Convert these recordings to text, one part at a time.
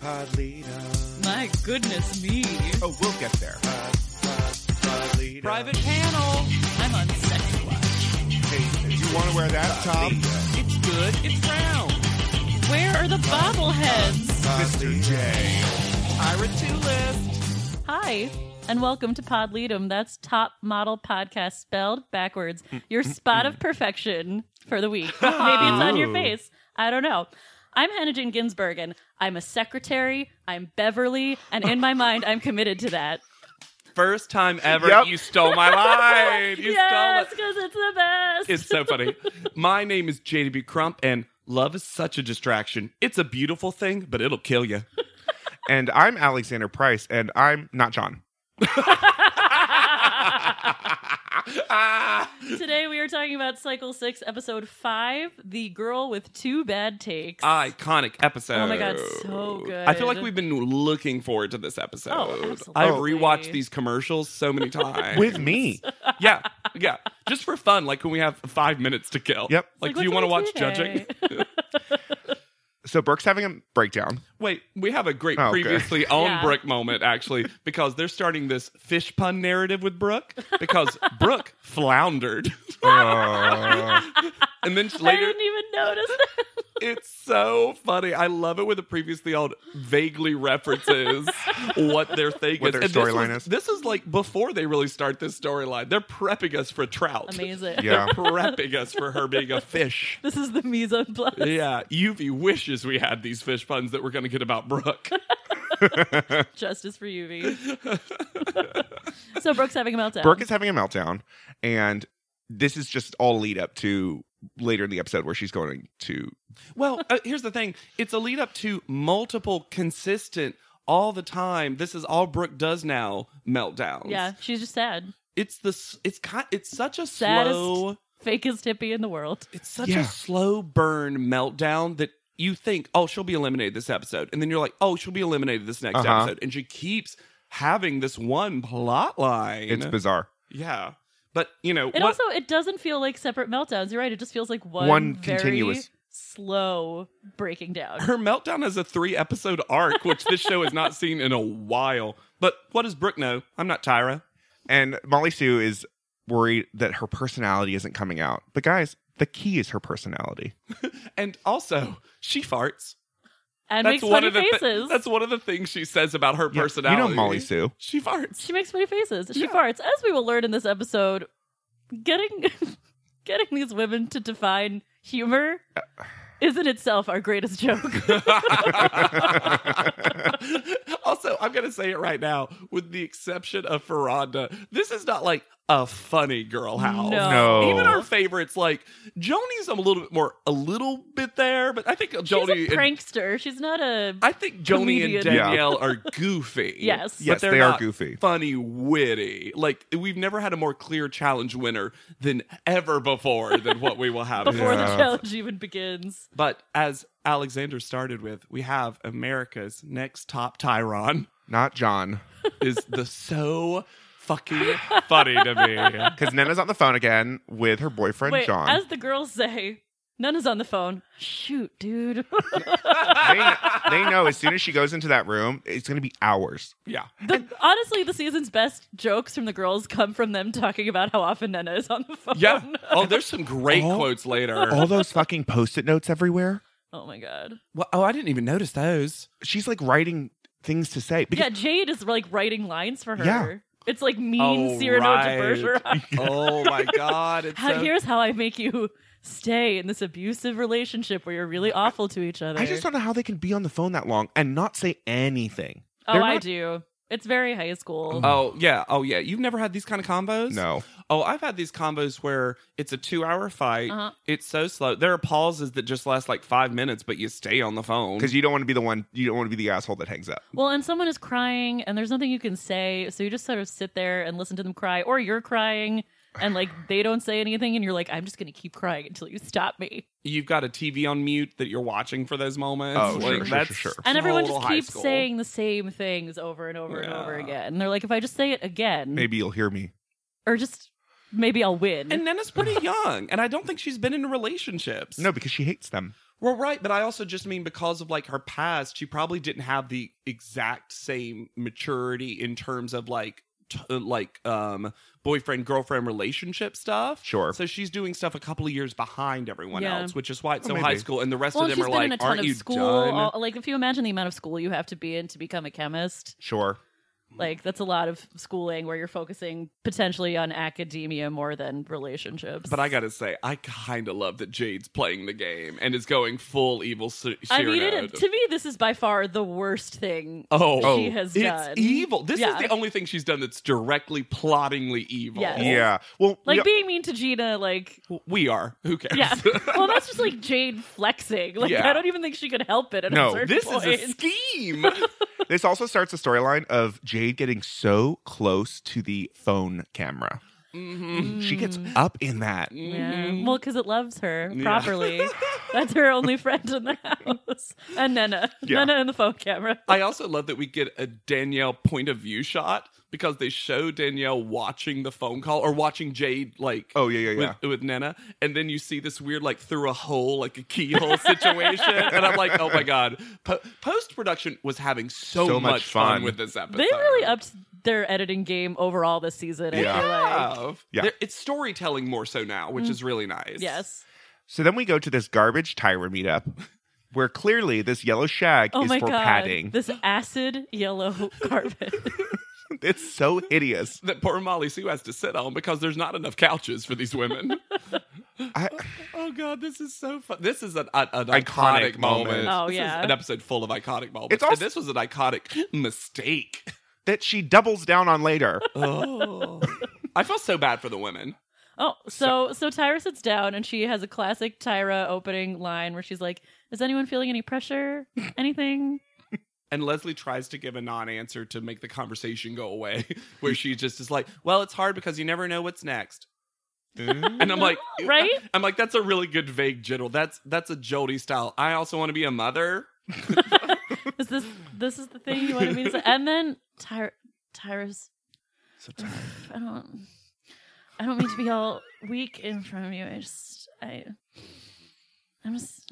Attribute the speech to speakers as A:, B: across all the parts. A: Podlita.
B: My goodness me.
C: Oh, we'll get there.
A: Pod, pod, Podlita.
B: Private panel. I'm on sex watch.
A: Hey,
C: Do you want to wear that, Tom?
B: It's good. It's round. Where are the bobbleheads?
C: Mr. J.
B: Ira Tulip. Hi. And welcome to Podleadum. That's top model podcast spelled backwards. Your spot of perfection for the week. Maybe it's on your face. I don't know. I'm Hannah Jane Ginsburg, and I'm a secretary. I'm Beverly, and in my mind, I'm committed to that.
D: First time ever,
C: Yep.
D: you stole my line. You
B: yes,
D: stole it.
B: because it's the best.
D: It's so funny. my name is JDB Crump, and love is such a distraction. It's a beautiful thing, but it'll kill you.
C: And I'm Alexander Price, and I'm not John.
B: Today we are talking about Cycle 6, Episode 5, The Girl with Two Bad Takes.
D: Iconic episode.
B: Oh my God, so good.
D: I feel like we've been looking forward to this episode.
B: absolutely.
D: I've rewatched these commercials so many times.
C: With me.
D: yeah, yeah, just for fun, like when we have five minutes to kill.
C: Yep.
D: Like,
B: Like,
D: do you
B: what
D: want to
B: do I
D: watch
B: do
D: judging?
C: So Burke's having a breakdown.
D: Wait, we have a great
C: Oh, okay.
D: previously on
B: Yeah.
D: Brooke moment, actually, because they're starting this fish pun narrative with Brooke because Brooke floundered.
C: Uh,
D: and then
B: I
D: later,
B: didn't even notice
D: it's so funny. I love it when the previously on vaguely references what their thing
C: What their
D: And this
C: storyline is.
D: was- This is like before they really start this storyline. They're prepping us for trout.
B: Amazing.
C: Yeah.
D: Prepping us for her being a fish.
B: This is the mise en place.
D: Yeah, Yuvi wishes we had these fish puns that we're going to get about Brooke.
B: Justice for UV. so Brooke's having a meltdown.
C: Burke is having a meltdown, and this is just all lead up to later in the episode where she's going to.
D: Well, uh, here's the thing. It's a lead up to multiple consistent all the time. This is all Brooke does now meltdowns.
B: yeah, she's just sad.
D: It's the s- it's kind it's such a
B: Saddest-
D: slow
B: Fakest hippie in the world.
D: it's such
C: Yeah.
D: a slow burn meltdown that you think, "Oh, she'll be eliminated this episode." And then you're like, "Oh, she'll be eliminated this next
C: Uh-huh.
D: episode." And she keeps having this one plot line.
C: It's bizarre.
D: yeah. But, you know,
B: It
D: what
B: also it doesn't feel like separate meltdowns. You're right. It just feels like one,
C: One
B: very
C: continuous-
B: slow breaking down.
D: her meltdown is a three episode arc, which this show has not seen in a while. But what does Brooke know? I'm not Tyra.
C: And Molly Sue is worried that her personality isn't coming out. But guys, the key is her personality.
D: And also, she farts.
B: And makes
D: one
B: funny
D: of the thi-
B: faces.
D: that's one of the things she says about her
C: Yeah,
D: personality.
C: You know Molly Sue.
D: She farts.
B: She makes funny faces. She
D: Yeah.
B: farts. As we will learn in this episode, getting getting these women to define humor
D: Uh,
B: is in itself our greatest joke.
D: also, I'm gonna say it right now. With the exception of Ferranda, this is not like a funny girl house.
B: No.
D: Even our favorites, like Joni's, a little bit more, a little bit there, but I think Joni
B: She's a
D: and
B: prankster. She's not a
D: I think Joni
B: Comedian.
D: and
C: Yeah.
D: Danielle are goofy.
B: Yes.
C: Yes,
D: but they're
C: they are
D: not
C: goofy.
D: funny, witty. Like we've never had a more clear challenge winner than ever before than what we will have.
B: before
C: Yeah.
B: the challenge even begins.
D: But as Alexander started with, we have America's next top Tyron
C: Not John.
D: is the so fucking funny to me.
C: Because Nana's on the phone again with her boyfriend,
B: Wait,
C: John.
B: as the girls say, Nana's on the phone. Shoot, dude.
C: they, they know as soon as she goes into that room, it's going to be hours.
D: Yeah.
B: the, honestly, the season's best jokes from the girls come from them talking about how often Nana is on the phone.
D: Yeah. Oh, there's some great
C: All-
D: quotes later.
C: All those fucking post it notes everywhere.
B: Oh my god.
D: Well, oh, I didn't even notice those.
C: She's like writing things to say.
B: Yeah,
C: Because
B: Jade is like writing lines for her.
C: Yeah.
B: It's like mean
D: Oh,
B: Cyrano
D: right.
B: de Bergerac.
D: Oh my god. It's
B: How-
D: so
B: Here's how I make you stay in this abusive relationship where you're really awful to each other.
C: I just don't know how they can be on the phone that long and not say anything.
B: oh,
C: they're
B: I
C: not- Um,
B: do. It's very high school.
D: Oh yeah, oh yeah. You've never had these kind of combos?
C: No.
D: Oh, I've had these combos where it's a two-hour fight.
B: Uh-huh.
D: It's so slow. There are pauses that just last like five minutes, but you stay on the phone.
C: Because you don't want to be the one, you don't want to be the asshole that hangs up.
B: Well, and someone is crying, and there's nothing you can say, so you just sort of sit there and listen to them cry, or you're crying, and like they don't say anything, and you're like, I'm just gonna keep crying until you stop me.
D: You've got a TV on mute that you're watching for those moments.
C: Oh,
D: like,
C: sure, sure,
D: that's
C: sure, sure.
B: And everyone
D: total
B: just
D: high
B: keeps
D: school.
B: saying the same things over and over and over
D: Yeah.
B: again. And they're like, if I just say it again,
C: Maybe you'll hear me.
B: or just maybe I'll win.
D: And Nana's pretty young, and I don't think she's been in relationships.
C: No, because she hates them.
D: Well, right, but I also just mean because of like her past, she probably didn't have the exact same maturity in terms of like t- uh, like um boyfriend girlfriend relationship stuff.
C: Sure.
D: So she's doing stuff a couple of years behind everyone
B: Yeah.
D: else, which is why it's
C: Well,
D: so high
C: maybe.
D: school, and the rest
B: well,
D: of
B: she's
D: them are
B: been
D: like,
B: in a ton
D: "Aren't you
B: of school.
D: done?"
B: all- like, if you imagine the amount of school you have to be in to become a chemist,
C: Sure.
D: Mm.
B: like that's a lot of schooling where you're focusing potentially on academia more than relationships.
D: But I gotta say, I kind of love that Jade's playing the game and is going full evil. Su-
B: I mean, it,
D: Cyrano.
B: to me, this is by far the worst thing
D: Oh,
B: she has
D: it's
B: done.
D: evil. This
B: Yeah.
D: is the only thing she's done that's directly plottingly evil.
B: Yes.
C: Yeah. Well,
B: Like
C: yeah,
B: being mean to Gina, like
D: We are. Who cares?
B: yeah. well, that's just like Jade flexing. Like
D: Yeah.
B: I don't even think she could help it. At
C: No,
B: a certain
D: this
B: point.
D: is a scheme.
C: this also starts a storyline of Jade getting so close to the phone camera.
D: Mhm.
B: Mm.
C: She gets up in that.
B: Yeah. Well, because it loves her
D: Mm-hmm. Yeah.
B: properly. That's her only friend in the house. And Nana.
C: Yeah.
B: Nana and the phone camera.
D: I also love that we get a Danielle point of view shot because they show Danielle watching the phone call or watching Jade like
C: Oh, yeah, yeah, yeah.
D: with, with Nana, and then you see this weird like through a hole like a keyhole situation, and I'm like, oh my god, po- post production was having so,
C: So much
D: much fun.
C: fun.
D: with this episode.
B: They really upped their editing game overall this season. I
C: Yeah.
B: feel like.
D: have.
C: Yeah.
D: They're- It's storytelling more so now, which is really nice.
B: Mm. Yes.
C: So then we go to this garbage Tyra meetup where clearly this yellow shag
B: Oh
C: is
B: my
C: for
B: god.
C: padding.
B: This acid yellow carpet.
C: it's so hideous.
D: That poor Molly Sue has to sit on because there's not enough couches for these women.
C: I,
D: oh God, this is so fun. This is an, an, an
C: Iconic
D: iconic,
C: moment.
D: moment.
B: Oh,
D: This is
B: yeah.
D: an episode full of iconic moments.
C: It's also-
D: and this was an iconic mistake.
C: that she doubles down on later.
D: Oh, I felt so bad for the women.
B: Oh, so so Tyra sits down and she has a classic Tyra opening line where she's like, "Is anyone feeling any pressure? Anything?"
D: And Leslie tries to give a non-answer to make the conversation go away, where she just is like, "Well, it's hard because you never know what's next." And I'm like,
B: Right?
D: I'm like, that's a really good vague general. That's that's a Jody style. I also want to be a mother.
B: Is this this is the thing you wanted me to say? And then Tyra, Tyra's,
C: So Tyra-
B: I don't, I don't mean to be all weak in front of you. I just, I, I'm just.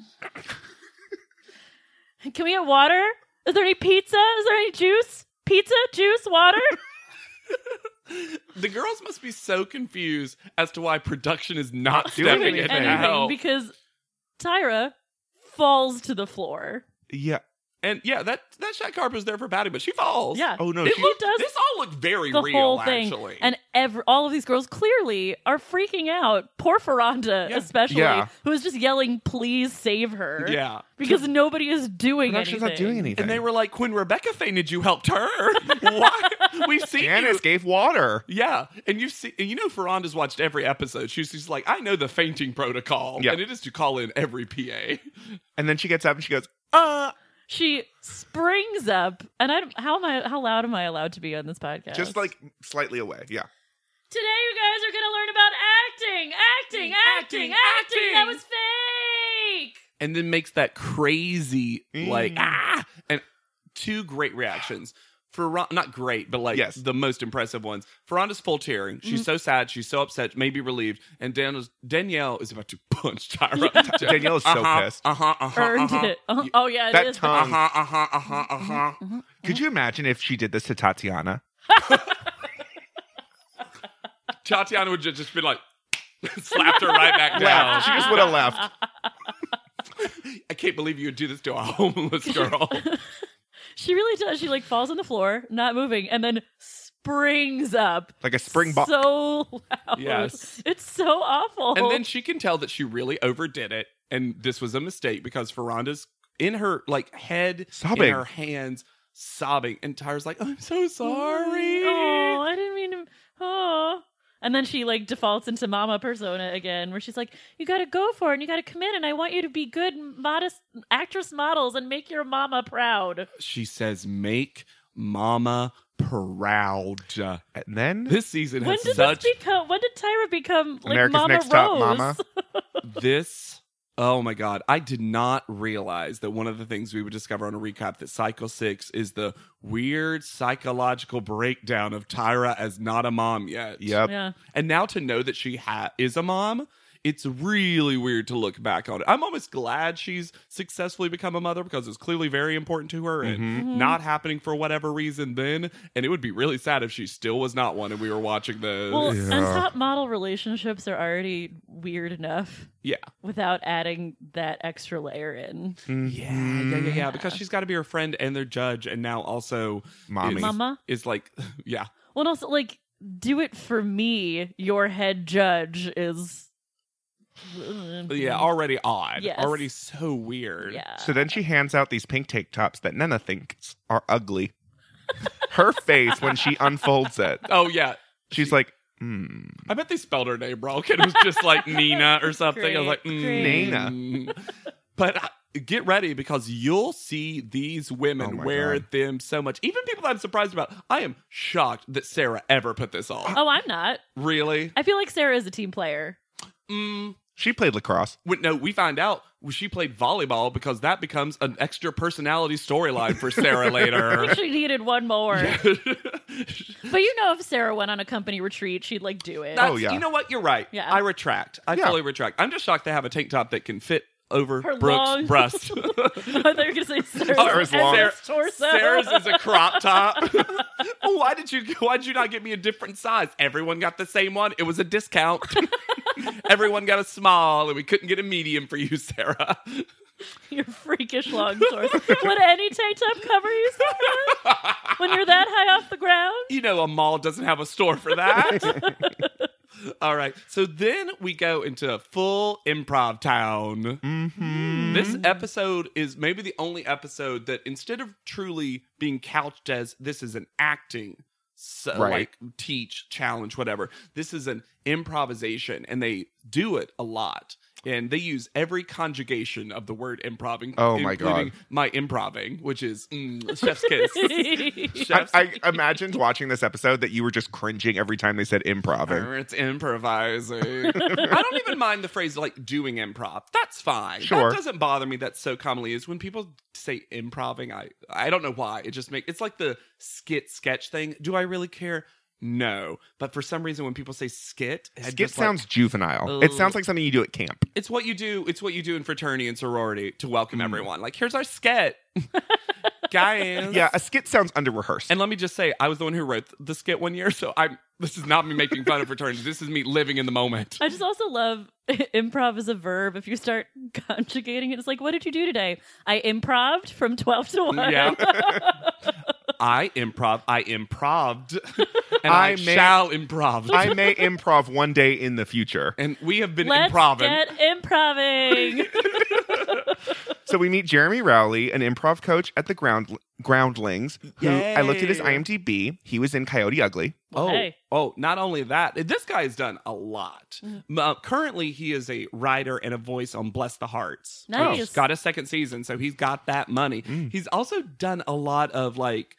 B: Can we get water? Is there any pizza? Is there any juice? Pizza, juice, water.
D: The girls must be so confused as to why production is not
C: doing
D: stepping in
C: anything.
D: and
B: Anything
D: out.
B: because Tyra falls to the floor.
C: yeah.
D: And yeah, that that shot carpenter's there for batting, but she falls.
B: Yeah.
C: Oh no.
D: It
C: She,
D: looked-
B: does
D: this all looked very
B: the
D: real,
B: whole thing.
D: actually.
B: And ev- all of these girls clearly are freaking out. Poor Ferranda,
D: Yeah.
B: especially,
C: Yeah.
B: who is just yelling, please save her.
D: yeah.
B: Because nobody is doing
C: production's
B: anything.
C: not doing anything.
D: And they were like, when Rebecca fainted, you helped her. Why? We've seen you.
C: Janice gave water.
D: Yeah, and you've seen, and you know, Ferranda's watched every episode. She's, she's like, I know the fainting protocol,
C: Yeah.
D: and it is to call in every PA.
C: And then she gets up and she goes,
D: Uh,
B: She springs up, and I don't- how am I? How loud am I allowed to be on this podcast?
C: just like slightly away. Yeah.
B: today, you guys are going to learn about acting, acting, acting, acting.
D: Acting, acting.
B: That was fake.
D: and then makes that crazy
C: Mm.
D: like ah, and two great reactions. Ferran, not great, but like
C: Yes.
D: the most impressive ones. Ferranda's full tearing.
B: Mm-hmm.
D: She's so sad. She's so upset. Maybe relieved. And Danielle's, Danielle is about to punch Tyra.
C: Danielle is so
D: Uh-huh,
C: pissed.
D: Uh-huh. Uh-huh.
B: Earned
D: uh-huh.
B: it. Oh, oh, yeah, it
C: That
B: is.
C: tongue.
D: Uh huh. Uh huh. Uh huh. Uh huh.
C: Mm-hmm. Could you imagine if she did this to Tatiana?
D: Tatiana would ju- just be like, slapped her right back
C: Left.
D: down.
C: She just would have left.
D: I can't believe you would do this to a homeless girl.
B: She really does. She like falls on the floor, not moving, and then springs up.
C: Like a spring ball.
B: So loud.
D: Yes.
B: It's so awful.
D: and then she can tell that she really overdid it, and this was a mistake because Ferranda's in her like head,
C: Sobbing.
D: in her hands, sobbing, and Tyra's like, "I'm so sorry."
B: Oh, I didn't mean to. Oh. And then she like defaults into mama persona again, where she's like, "You got to go for it, and you got to commit, and I want you to be good, modest actress models, and make your mama proud."
D: She says, "Make Mama proud."
C: and then
D: This season
B: When
D: has
B: did
D: such
B: this become? When did Tyra become like
C: America's
B: Mama
C: Next
B: Rose?
C: Top Mama.
D: this oh my god i did not realize that one of the things we would discover on a recap that psycho 6 is the weird psychological breakdown of tyra as not a mom yet
C: Yep.
B: Yeah.
D: and now to know that she ha- is a mom it's really weird to look back on it. I'm almost glad she's successfully become a mother because it's clearly very important to her and
B: Mhm.
D: Mm-hmm. not happening for whatever reason then. And it would be really sad if she still was not one and we were watching the
B: Well,
C: Yeah.
B: and top model relationships are already weird enough.
D: Yeah.
B: Without adding that extra layer in.
C: Mm-hmm.
D: yeah, yeah, yeah, yeah, because
B: Yeah.
D: she's got to be her friend and their judge, and now also
C: Mm-hmm. Mommy.
D: It's-
B: Mama?
D: is like, yeah,
B: Well, and also, like, do it for me, your head judge is.
D: yeah, already odd,
B: Mm-hmm. Yes.
D: already so weird.
B: Yeah.
C: So then she hands out these pink tank tops that Nana thinks are ugly. Her face when she unfolds it,
D: Oh yeah,
C: she's like, hmm.
D: I bet they spelled her name wrong. It was just like Nina or something. I was like,
B: Great,
D: mm,
B: great.
D: Nina. But uh, get ready because you'll see these
C: Oh
D: women
C: my
D: wear
C: God.
D: them so much. Even people I'm surprised about. I am shocked that Sarah ever put this on.
B: Oh, I'm not.
D: Really?
B: I feel like Sarah is a team player.
D: Mm.
C: She played lacrosse.
D: When- no, we find out she played volleyball because that becomes an extra personality storyline for Sarah
B: I
D: later.
B: think she needed one more. But you know, if Sarah went on a company retreat, she'd like do it.
D: That's-
C: Oh, yeah.
D: You know what? You're right.
B: Yeah.
D: I retract. I
C: Yeah.
D: fully retract. I'm just shocked they have a tank top that can fit over
B: Her
D: Brooke's
B: long-
D: breast.
B: I thought you were gonna say Sarah's,
C: Sarah's long-
B: Sarah's torso.
D: Sarah's is a crop top. why did you why did you not get me a different size? Everyone got the same one. It was a discount. Everyone got a small and we couldn't get a medium for you, Sarah.
B: your freakish long torso. Would any tank top cover you, Sarah? When you're that high off the ground?
D: you know a mall doesn't have a store for that. All right. So then we go into full improv town.
C: Mm-hmm.
D: This episode is maybe the only episode that instead of truly being couched as this is an acting so,
C: Right.
D: like teach challenge whatever, this is an improvisation and they do it a lot. And they use every conjugation of the word improving.
C: Oh my God.
D: including My improving, which is mm, chef's kiss.
B: That's
C: I,
D: chef's
C: I imagined watching this episode that you were just cringing every time they said improving.
D: Or It's improvising. I don't even mind the phrase like doing improv. That's fine.
C: Sure.
D: That doesn't bother me. That so commonly is when people say improving. I I don't know why. It just makes it's like the skit sketch thing. Do I really care? No. But for some reason, when people say skit, I
C: Skit
D: just, like,
C: sounds juvenile. it
D: Ooh.
C: sounds like something you do at camp.
D: it's what you do. It's what you do in fraternity and sorority to welcome
C: Mm.
D: everyone. Like here's our skit, guys.
C: Yeah, a skit sounds under rehearsed.
D: And let me just say, I was the one who wrote the skit one year, so I'm. This is not me making fun of fraternity. This is me living in the moment.
B: I just also love improv as a verb. If you start conjugating it, it's like, what did you do today? I improved from 12 to 1.
D: Yeah. I improv. I improved. And
C: I
D: I,
C: may-
D: shall improv.
C: I may improv one day in the future.
D: and we have been
B: Let's
D: improving.
B: get improving.
C: So we meet Jeremy Rowley, an improv coach at the Ground Groundlings. Who I looked at his
D: Yay.
C: IMDb. He was in Coyote Ugly.
D: oh,
B: Hey.
D: oh, not only that, this guy has done a lot.
B: Mm-hmm.
D: M- uh, currently, he is a writer and a voice on Bless the Hearts. which
B: Nice.
D: Got a second season, so he's got that money. He's also done a lot of like,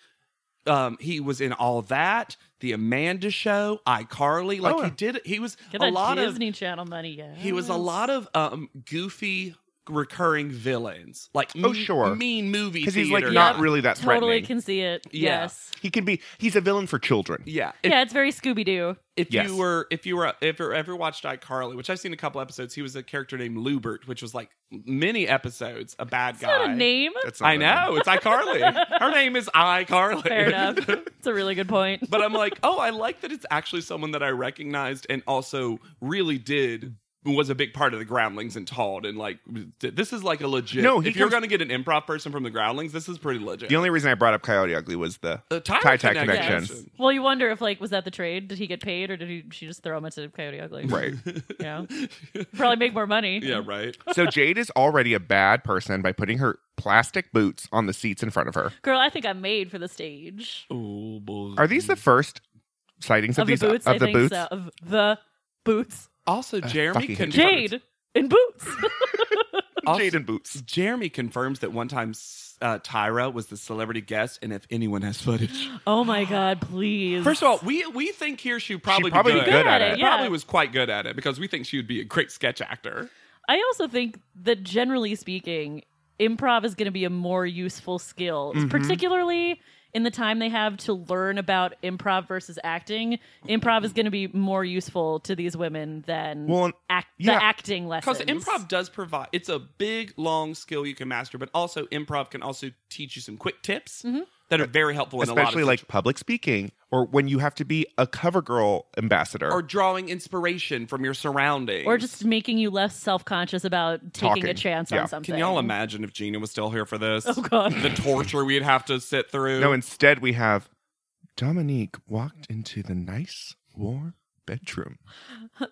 D: um, he was in All That, The Amanda Show, iCarly. Like,
C: Oh.
D: he did, he was
B: Get
D: a
B: that
D: lot of.
B: Disney Channel money. Yeah.
D: He was a lot of um goofy recurring villains, like
C: Oh, sure.
D: mean movie
C: Because he's like
D: theater.
C: not
B: Yeah.
C: really that
B: Totally
C: threatening.
B: can see it.
D: Yeah.
B: Yes.
C: He can be. He's a villain for children.
D: Yeah, if,
B: yeah, it's very Scooby Doo.
D: if
C: Yes.
D: you were if you were if you ever watched iCarly, which I've seen a couple episodes, he was a character named Lubert, which was like many episodes a bad
B: It's
D: guy.
B: not a name.
C: That's not
D: I
C: a
D: know it's iCarly. Her name is iCarly.
B: Fair enough. It's a really good point.
D: but I'm like, oh, I like that it's actually someone that I recognized and also really did was a big part of the groundlings and Todd and like th- this is like a legit.
C: No,
D: if
C: he
D: you're
C: comes-
D: gonna get an improv person from the groundlings, this is pretty legit.
C: The only reason I brought up Coyote Ugly was the
D: the Tyler
C: Ty Ty connection.
B: Yes. Well, you wonder if like was that the trade? Did he get paid, or did he, she just throw him into Coyote Ugly?
C: right.
B: Yeah. Probably make more money.
D: Yeah, right.
C: So Jade is already a bad person by putting her plastic boots on the seats in front of her.
B: Girl, I think I'm made for the stage.
D: Oh boy.
C: Are these the first sightings of,
B: of
C: these uh,
B: the boots,
C: of
B: I
C: the
B: think
C: boots?
B: so. Of the boots.
D: also Jeremy
C: uh, fucking hate
D: confirms,
B: Jade in boots.
D: also-
C: Jade and boots.
D: Jeremy confirms that one time uh, Tyra was the celebrity guest, and if anyone has footage,
B: oh my god, please.
D: first of all, we we think here she would probably
C: She'd probably
D: be
C: be good at it.
B: Yeah.
D: Probably was quite good at it because we think she would be a great sketch actor.
B: I also think that generally speaking, improv is going to be a more useful skill,
C: Mhm.
B: particularly in the time they have to learn about improv versus acting, improv is going to be more useful to these women than
C: Well, and-
B: act,
C: yeah.
B: the acting lessons.
D: Because improv does provide, it's a big, long skill you can master, but also improv can also teach you some quick tips
B: Mm-hmm.
D: that are very helpful in a lot of
C: especially like public speaking or when you have to be a cover girl ambassador.
D: or drawing inspiration from your surroundings.
B: or just making you less self conscious about taking a
C: Talking.
B: chance
C: Yeah.
B: on
C: Can
B: something.
D: can y'all imagine if Gina was still here for this?
B: Oh god.
D: The torture we'd have to sit through.
C: no, instead we have Dominique walked into the nice warm bedroom.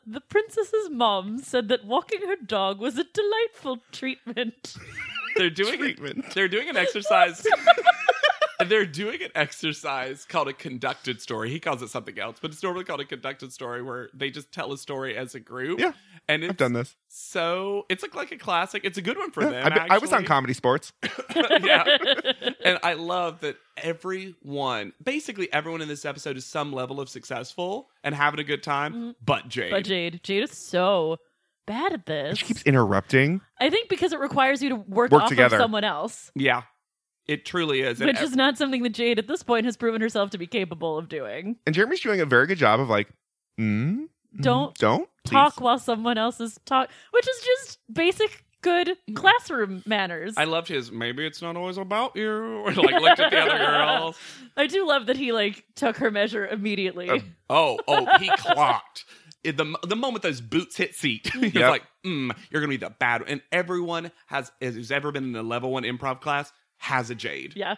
B: The princess's mom said that walking her dog was a delightful treatment.
D: they're doing
C: Treatment.
D: they're doing an exercise. they're doing an exercise called a conducted story. He calls it something else, but it's normally called a conducted story where they just tell a story as a group.
C: Yeah,
D: and it's
C: I've done this.
D: so it's like, like a classic. It's a good one for
C: Yeah,
D: them.
C: I've been- Uh, I was on
D: actually.
C: comedy sports.
D: yeah. And I love that everyone, basically everyone in this episode is some level of successful and having a good time, but Jade.
B: Mm-hmm. But Jade, Jade is so bad at this.
C: She keeps interrupting.
B: I think because it requires you to work,
C: Work
B: off
C: together.
B: of someone else,
D: Yeah. It truly is. And
B: which is not something that Jade at this point has proven herself to be capable of doing.
C: And Jeremy's doing a very good job of like, mm, mm,
B: Don't
C: don't please.
B: Talk while someone else is talk, which is just basic good classroom manners.
D: I loved his maybe it's not always about you. Or like looked at the other girls.
B: I do love that he like took her measure immediately.
D: Oh, oh, he clocked. It- The, the moment those boots hit seat, he's
C: Yep.
D: like, mm, you're going to be the bad one. And everyone has who's ever been in a level one improv class has a Jade.
B: yeah,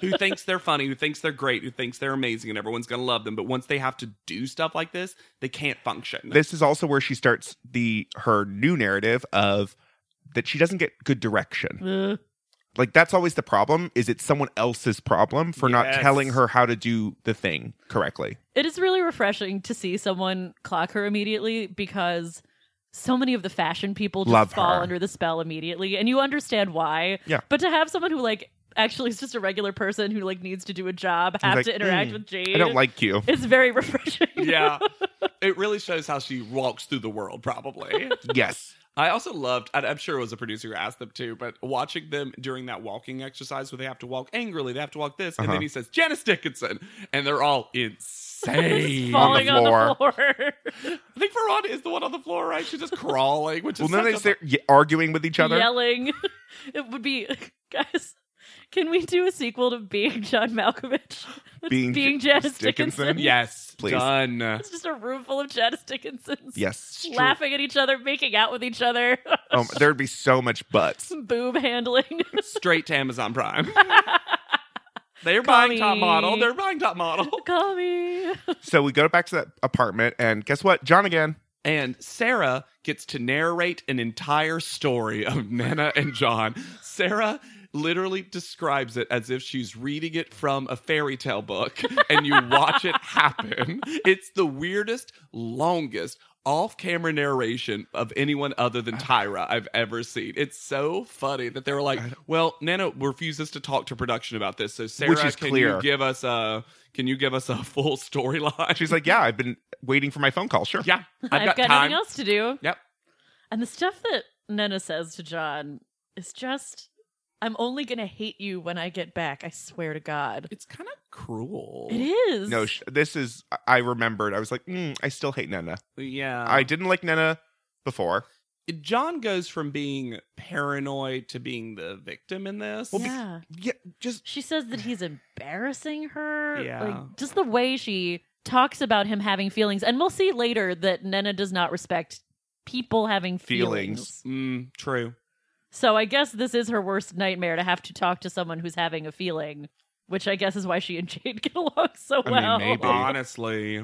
D: who thinks they're funny, who thinks they're great, who thinks they're amazing, and everyone's gonna love them. But once they have to do stuff like this, they can't function.
C: This is also where she starts the her new narrative of that she doesn't get good direction.
B: Ugh.
C: Like that's always the problem is it's someone else's problem for not
D: Yes.
C: telling her how to do the thing correctly.
B: it is really refreshing to see someone clock her immediately because so many of the fashion people just
C: Love
B: fall
C: her.
B: under the spell immediately and you understand why
C: Yeah.
B: but to have someone who like actually is just a regular person who like needs to do a job have
C: like,
B: to interact
C: "Mm,
B: with jade
C: I don't like you.
B: it's very refreshing
D: yeah, it really shows how she walks through the world. Probably.
C: yes.
D: I also loved. and I'm sure it was a producer who asked them to, but watching them during that walking exercise where they have to walk angrily, they have to walk this, and
C: Uh-huh.
D: then he says Janice Dickinson, and they're all
B: Just
D: insane.
C: On the
B: falling on the floor,
C: floor.
D: I think Veron is the one on the floor, right? She's just crawling, which
C: Well,
D: is
C: then
D: such
C: they
D: a-
C: start y- arguing with each other.
B: yelling it would be guys can we do a sequel to being john malkovich It's
C: Being
B: being
C: J-
B: janice
C: Dickinson?
B: dickinson,
D: yes,
C: Please.
D: done.
B: it's just a room full of janice dickinsons
C: Yes.
B: laughing at each other, making out with each other,
C: Um, there'd be so much butts.
B: some boob handling.
D: straight to Amazon Prime. They're
B: Call
D: buying top
B: me.
D: model. They're buying top model.
B: Call me.
C: So we go back to that apartment, and guess what? John again.
D: And Sarah gets to narrate an entire story of Nana and John. Sarah literally describes it as if she's reading it from a fairy tale book and you watch it happen. It's the weirdest, longest off camera narration of anyone other than Tyra I've ever seen. It's so funny that they were like, well, Nana refuses to talk to production about this. So Sarah,
C: is
D: can
C: clear.
D: you give us a can you give us a full storyline?
C: She's like, "Yeah, I've been waiting for my phone call. Sure.
D: Yeah, I've,
B: I've got,
D: got, time.
B: nothing else to do.
D: Yep.
B: And the stuff that Nena says to John is just, I'm only going to hate you when I get back. I swear to God.
D: It's kind of cruel.
B: It is.
C: No, sh- this is. I- I remembered. I was like, mm, I still hate Nana.
D: Yeah.
C: I didn't like Nana before.
D: John goes from being paranoid to being the victim in this.
B: yeah.
C: Yeah, just
B: She says that he's embarrassing her.
D: Yeah.
B: Like, just the way she talks about him having feelings. And we'll see later that Nena does not respect people having
C: Feelings.
B: feelings.
D: Mm, true.
B: So I guess this is her worst nightmare to have to talk to someone who's having a feeling, which I guess is why she and Jade get along so
C: I mean,
B: well.
C: maybe.
D: Oh, Honestly.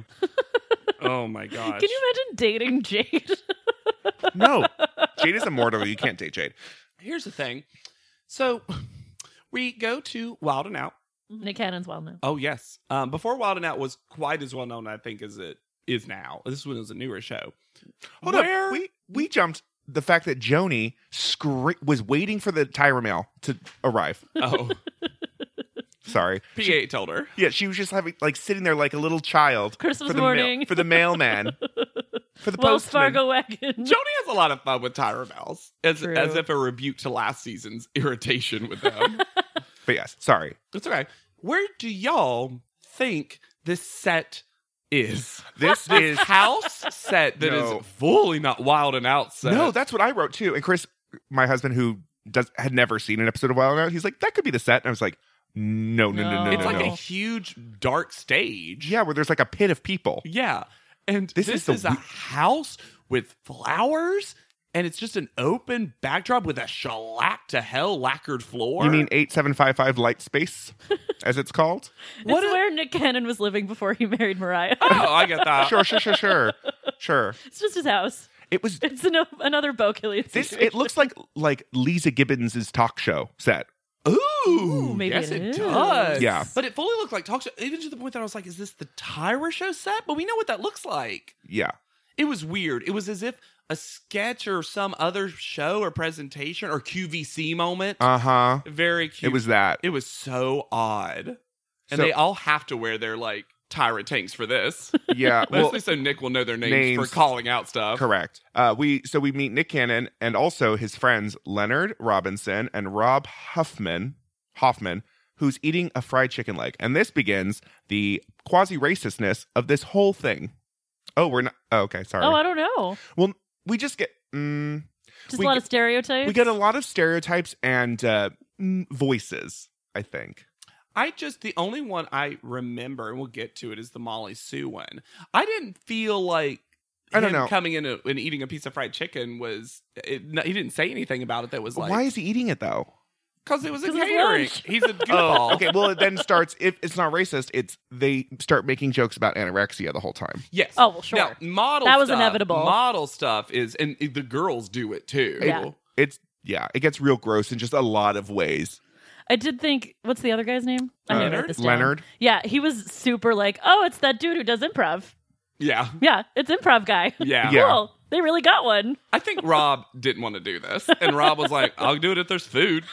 D: oh my gosh.
B: Can you imagine dating Jade?
C: no. Jade is immortal. You can't date Jade.
D: Here's the thing. So we go to Wild and Out.
B: Nick Cannon's well known.
D: Oh yes. Um, before Wild and Out was quite as well known, I think, as it is now. This one was a newer show.
C: Hold
D: Where-
C: up. We we jumped the fact that Joni scre- was waiting for the Tyra mail to arrive.
D: Oh,
C: Sorry.
D: PA told her.
C: Yeah, she was just having like sitting there like a little child
B: Christmas
C: for the
B: morning.
C: mail, for the mailman for the
B: Wells
C: postman.
B: Fargo wagon.
D: Joni has a lot of fun with Tyra Bells, as,
B: True.
D: as if a rebuke to last season's irritation with them.
C: But yes, sorry.
D: It's okay. where do y'all think this set is?
C: This
D: This
C: is
D: house set that is
C: No.
D: fully not wild and out set.
C: no. That's what I wrote too. And Chris, my husband, who does had never seen an episode of Wild Out, he's like, that could be the set. And I was like, no, no, no, no,
B: No.
D: it's
C: no,
D: like
C: no.
D: a huge dark stage.
C: yeah, where there's like a pit of people.
D: Yeah. And this,
C: This is
D: is,
C: the
D: a
C: we-
D: house with flowers and it's just an open backdrop with a shellac to hell lacquered floor.
C: You mean eight seven five five light space, as it's called?
D: What
B: it's
D: a-
B: where Nick Cannon was living before he married Mariah.
D: Oh, I get that.
C: Sure, sure, sure, sure, sure.
B: it's just his house.
C: It was
B: It's an, another Bokilian.
C: this. It looks like like Lisa Gibbons' talk show set.
D: Ooh,
B: maybe
D: yes,
B: it
D: it,
B: is.
D: does.
C: Yeah.
D: but it fully looked like talk show. Even to the point that I was like, "Is this the Tyra show set?" But we know what that looks like.
C: Yeah,
D: It was weird. It was as if a sketch or some other show or presentation or QVC moment.
C: uh huh.
D: Very
C: It
D: cute.
C: was that.
D: It was so odd,
C: So-
D: and they all have to wear their like Tyra tanks for this,
C: Yeah,
D: mostly
C: well,
D: so Nick will know their names,
C: names.
D: for calling out stuff.
C: correct. Uh, we so we meet Nick Cannon and also his friends Leonard Robinson and Rob Huffman. Hoffman, who's eating a fried chicken leg, and this begins the quasi racistness of this whole thing. Oh, we're not. Oh, okay, sorry.
B: Oh, I don't know.
C: we just get. Mm,
B: Just
C: We
B: a lot
C: get-
B: of stereotypes.
C: we get a lot of stereotypes and uh, mm, voices. I think.
D: I just the only one I remember, and we'll get to it, is the Molly Sue one. I didn't feel like
C: I don't
D: him
C: know.
D: coming in a, and eating a piece of fried chicken was. It, no, he didn't say anything about it. That was
C: Why
D: like
C: is he eating it though?
D: because it was a
B: 'Cause it's
D: catering.
B: lunch.
D: He's a goofball.
C: Oh, okay. Well, it then starts. If it's not racist, it's they start making jokes about anorexia the whole time.
D: Yes.
B: Oh, well, sure.
D: Now, model
B: That was
D: stuff-
B: inevitable.
D: Model stuff is, and the girls do it too.
B: Yeah.
C: It's yeah. It gets real gross in just a lot of ways.
B: I did think, what's the other guy's name? I need to write
D: Leonard?
B: this down.
C: Leonard.
B: Yeah, he was super like, oh, it's that dude who does improv.
D: Yeah.
B: Yeah, it's improv guy.
D: Yeah.
C: Yeah.
B: Cool. They really got one.
D: I think Rob didn't want to do this, and Rob was like, "I'll do it if there's food."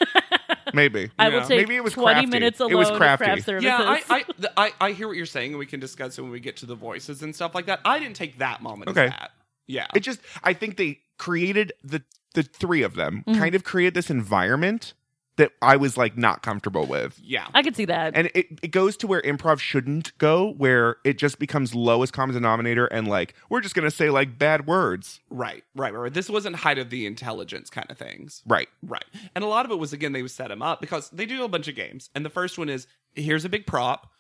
C: Maybe.
B: I will
D: Yeah.
B: take
C: Maybe it was
B: 20
C: crafty.
B: minutes
C: It
B: alone
C: was
B: with
C: crafty.
B: craft services.
D: Yeah, I I, th- I I hear what you're saying, and we can discuss it when we get to the voices and stuff like that. I didn't take that moment.
C: Okay.
D: As that. Yeah.
C: It just. I think they created the the three of them
B: Mhm.
C: kind of created this environment that I was like not comfortable with.
D: yeah.
B: I could see that.
C: And it, it goes to where improv shouldn't go, where it just becomes lowest common denominator and like, we're just going to say like bad words.
D: Right, right, right, right. This wasn't height of the intelligence kind of things.
C: Right.
D: Right. And a lot of it was, again, they would set him up because they do a bunch of games. And the first one is here's a big prop,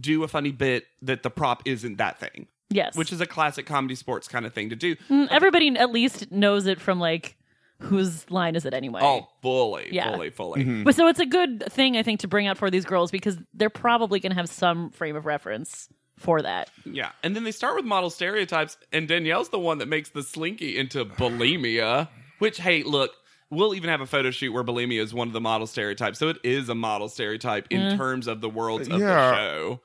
D: do a funny bit that the prop isn't that thing,
B: yes.
D: which is a classic comedy sports kind of thing to do.
B: Mm, everybody at least knows it from like, whose line is it anyway?
D: Oh, fully,
B: Yeah.
D: fully, fully.
C: Mhm.
B: But so it's a good thing, I think, to bring out for these girls because they're probably going to have some frame of reference for that.
D: Yeah. And then they start with model stereotypes, and Danielle's the one that makes the slinky into bulimia, which, hey, look, we'll even have a photo shoot where bulimia is one of the model stereotypes. So it is a model stereotype in
B: Mm.
D: terms of the worlds of
C: Yeah.
D: the show.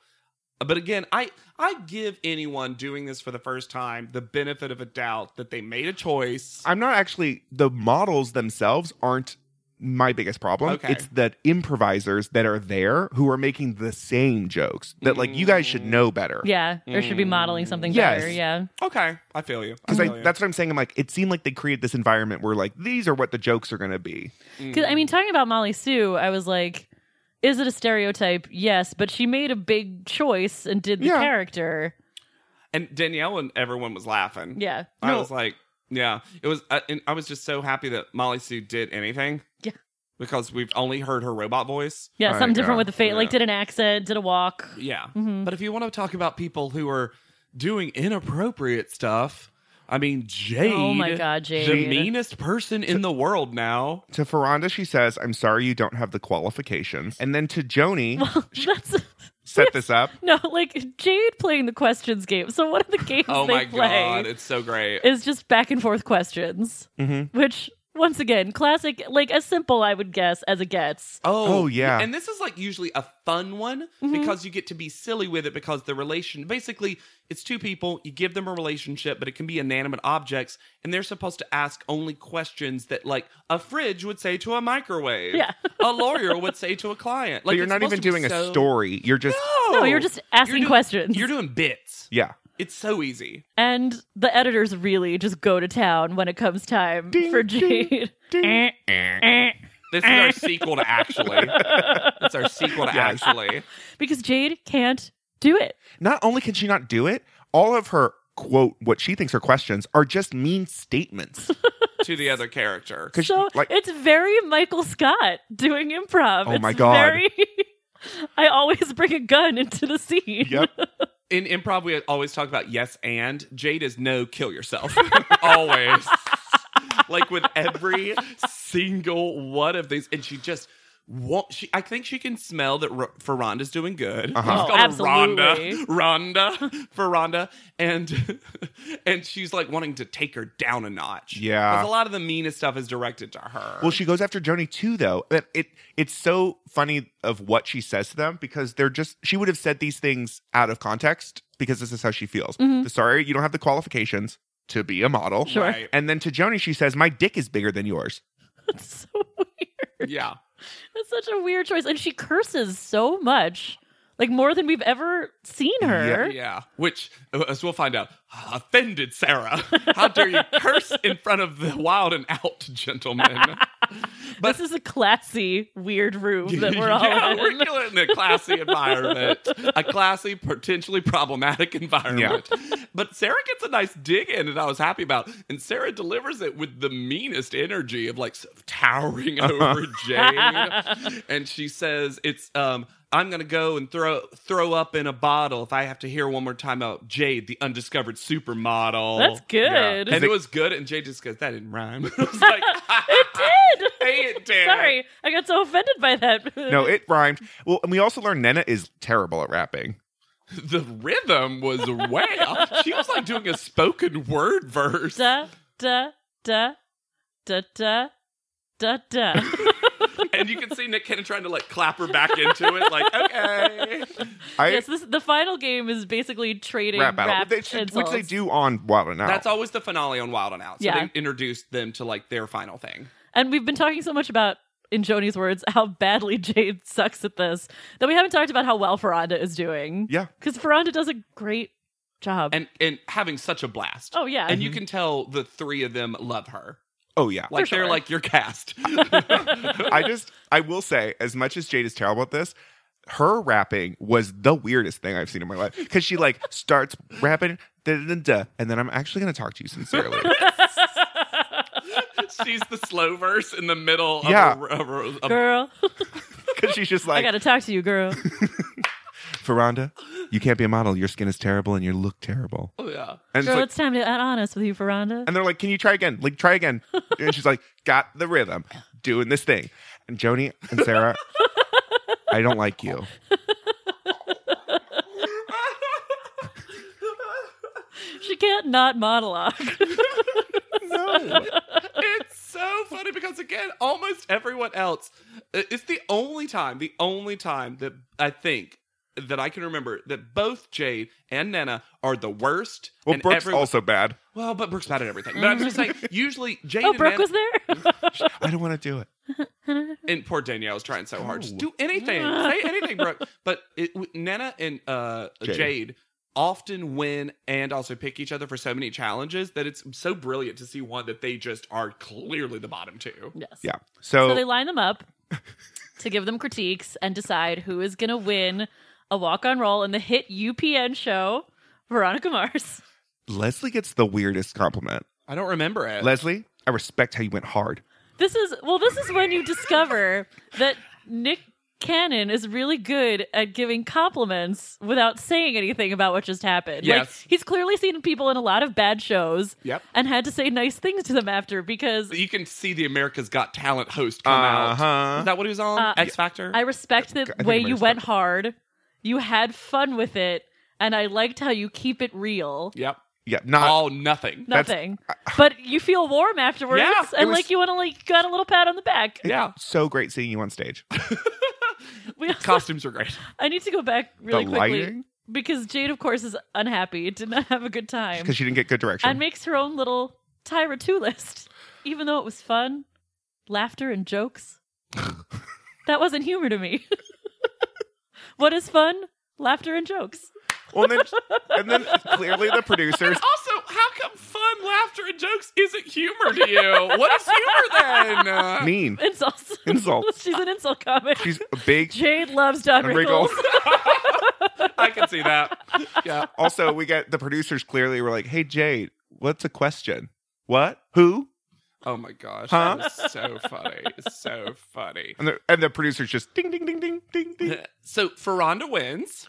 D: But again, I I give anyone doing this for the first time the benefit of a doubt that they made a choice.
C: I'm not actually, the models themselves aren't my biggest problem.
D: Okay.
C: It's the improvisers that are there who are making the same jokes that like you guys
D: Mm.
C: should know better.
B: Yeah. Or should be modeling something
C: Mm. Yes.
B: better. Yeah.
D: okay, I feel you. I
C: Because
D: feel you.
C: that's what I'm saying. I'm like, it seemed like they created this environment where like these are what the jokes are going to be.
B: Because I mean, talking about Molly Sue, I was like, is it a stereotype? Yes, but she made a big choice and did the
C: Yeah.
B: character.
D: and Danielle and everyone was laughing.
B: Yeah.
D: I
C: No.
D: was like, yeah, it was, I and I was just so happy that Molly Sue did anything.
B: Yeah.
D: because we've only heard her robot voice.
B: Yeah,
C: I
B: something different
C: know.
B: with the fate. Like,
D: Yeah.
B: did an accent, did a walk.
D: Yeah,
B: Mhm.
D: but if you want to talk about people who are doing inappropriate stuff, I mean, Jade.
B: Oh my God, Jade.
D: the meanest person in the world now.
C: To Ferranda, she says, I'm sorry you don't have the qualifications. And then to Joni,
B: That's
C: set this up.
B: no, like Jade playing the questions game. So one of the games
D: Oh
B: they
D: my
B: play
D: god, it's so great.
B: is just back and forth questions,
C: Mm-hmm.
B: which once again, classic, like as simple I would guess as it gets.
D: Oh,
C: Oh, yeah. Mm-hmm.
D: And this is like usually a fun one because you get to be silly with it because the relation basically it's two people, you give them a relationship, but it can be inanimate objects, and they're supposed to ask only questions that like a fridge would say to a microwave.
B: Yeah.
D: a lawyer would say to a client. Like
C: but you're
D: it's
C: not
D: supposed
C: even
D: to be
C: doing a
D: so-
C: story. You're just
B: No, you're just asking
D: doing-
B: questions.
D: You're doing bits.
C: yeah.
D: It's so easy.
B: And the editors really just go to town when it comes time
C: Ding,
B: for
C: ding,
B: Jade.
C: ding.
B: Eh, eh.
D: This is our sequel to actually. It's our sequel to
C: Yes.
D: actually.
B: because Jade can't do it.
C: Not only can she not do it, all of her quote what she thinks are questions are just mean statements.
D: to the other character.
C: Because
B: So
C: like
B: it's very Michael Scott doing improv.
C: Oh
B: It's
C: my God.
B: Very, I always bring a gun into the scene.
C: Yep.
D: In improv, we always talk about yes and. Jade is no, kill yourself. always. like with every single one of these. And she just. won't she, I think she can smell that R- Ferranda's doing good.
C: Uh-huh.
D: Let's
B: Oh,
D: call her
B: absolutely.
D: Rhonda, Rhonda, Ferranda, and and she's like wanting to take her down a notch.
C: Yeah.
D: 'Cause a lot of the meanest stuff is directed to her.
C: Well, she goes after Joni too, though. That it it's so funny of what she says to them because they're just she would have said these things out of context because this is how she feels.
B: Mhm.
C: Sorry, you don't have the qualifications to be a model.
B: Sure.
D: Right.
C: And then to Joni, she says, "My dick is bigger than yours."
B: It's so weird.
D: Yeah,
B: That's such a weird choice. And she curses so much, like more than we've ever seen her.
D: Yeah, which, uh, as we'll find out, offended Sarah. How dare you curse in front of the wild and out gentlemen? But-
B: this is a classy, weird room that we're all
D: yeah,
B: in.
D: we're killing the classy environment, a classy, potentially problematic environment. But Sarah gets a nice dig in, and I was happy about. And Sarah delivers it with the meanest energy of like s- towering
B: Uh-huh.
D: over Jane, and she says, "It's um." I'm gonna go and throw throw up in a bottle if I have to hear one more time about Jade, the undiscovered supermodel.
B: That's
C: Yeah.
B: good.
D: And it was good, and Jade just goes, "That didn't rhyme." I was like,
B: It did.
D: "Hey, it did."
B: Sorry, I got so offended by that.
C: No, it rhymed. Well, and we also learned Nena is terrible at rapping.
D: the rhythm was way off. She was like doing a spoken word verse.
B: da da da da da da da.
D: And you can see Nick Cannon trying to like clap her back into it, like, okay.
C: I
B: yes, this, the final game is basically trading
C: rap
B: rap,
C: battle, which,
B: insults.
C: which they do on Wild and Out.
D: That's always the finale on Wild and Out. So
B: Yeah.
D: they introduced them to like their final thing.
B: And we've been talking so much about, in Joni's words, how badly Jade sucks at this that we haven't talked about how well Ferranda is doing.
C: Yeah.
B: because Ferranda does a great job.
D: And and having such a blast.
B: oh yeah,
D: And you can tell the three of them love her.
C: Oh yeah.
D: Like they're
B: sure.
D: like your cast.
C: I just I will say, as much as Jade is terrible at this, her rapping was the weirdest thing I've seen in my life. Because she like starts rapping, da, da, da, da, and then I'm actually gonna talk to you sincerely.
D: She's the slow verse in the middle of
C: Yeah.
D: a, of a- of-
B: girl,
C: Because she's just
B: I
C: like,
B: gotta talk to you, girl.
C: Ferranda, you can't be a model. Your skin is terrible and you look terrible.
D: oh, yeah.
C: And it's
B: girl,
C: like,
B: it's time to get honest with you, Ferranda.
C: and they're like, Can you try again? Like, try again. And she's like, Got the rhythm, doing this thing. And Joni and Sarah, I don't like you.
B: She can't not monologue. Oh,
C: No.
D: it's so funny because again, almost everyone else. It's the only time, the only time that I think that I can remember that both Jade and Nana are the worst.
C: Well,
D: and
C: Brooke's
D: everyone-
C: also bad.
D: well, but Brooke's bad at everything. But I'm just saying, usually Jade
B: oh,
D: and
B: Brooke
D: Nana,
B: was there.
C: I don't want to do it.
D: and poor Danielle was trying so hard. Just
C: Oh.
D: do anything, say anything, Brooke. But it, w- Nana and uh,
C: Jade.
D: Jade. often win and also pick each other for so many challenges that it's so brilliant to see one that they just are clearly the bottom two.
B: yes.
C: Yeah.
B: So they line them up to give them critiques and decide who is going to win a walk on role in the hit UPN show, Veronica Mars.
C: Leslie gets the weirdest compliment.
D: I don't remember it.
C: Leslie, I respect how you went hard.
B: This is, well, this is when you discover that Nick Cannon is really good at giving compliments without saying anything about what just happened.
D: Yes.
B: Like, he's clearly seen people in a lot of bad shows
D: Yep.
B: and had to say nice things to them after because
D: You can see the America's Got Talent host come out.
C: Uh-huh.
D: Is that what he was on?
B: Uh,
D: X Factor?
B: I respect the
C: I
B: way
C: might
B: you
C: have
B: went
C: stopped
B: hard, you had fun with it, and I liked how you keep it real.
D: yep.
C: Yeah, not
D: All nothing.
C: That's-
B: nothing. but you feel warm afterwards,
D: Yeah, it
B: and
D: was-
B: like you want to like got a little pat on the back.
D: yeah.
C: so great seeing you on stage.
B: We also-
D: Costumes are great.
B: I need to go back really
C: the
B: quickly
C: lighting
B: because Jade, of course, is unhappy, did not have a good time,
C: because she didn't get good direction.
B: and makes her own little Tyra two list, even though it was fun, laughter and jokes. that wasn't humor to me. what is fun? Laughter and jokes.
C: well, and then, and then clearly the producers.
D: Also, how come fun, laughter, and jokes isn't humor to you? What is humor then? Uh,
C: mean.
B: It's also
C: Insult.
B: She's an insult comic.
C: She's a big
B: Jade loves Don
C: and wriggle.
B: Rickles.
D: I can see that. Yeah.
C: also, we got the producers clearly were like, "Hey Jade, what's a question? What? Who?"
D: Oh my gosh.
C: Huh?
D: That was so funny. So funny.
C: And the and the producers just ding ding ding ding ding ding.
D: So Ferranda wins.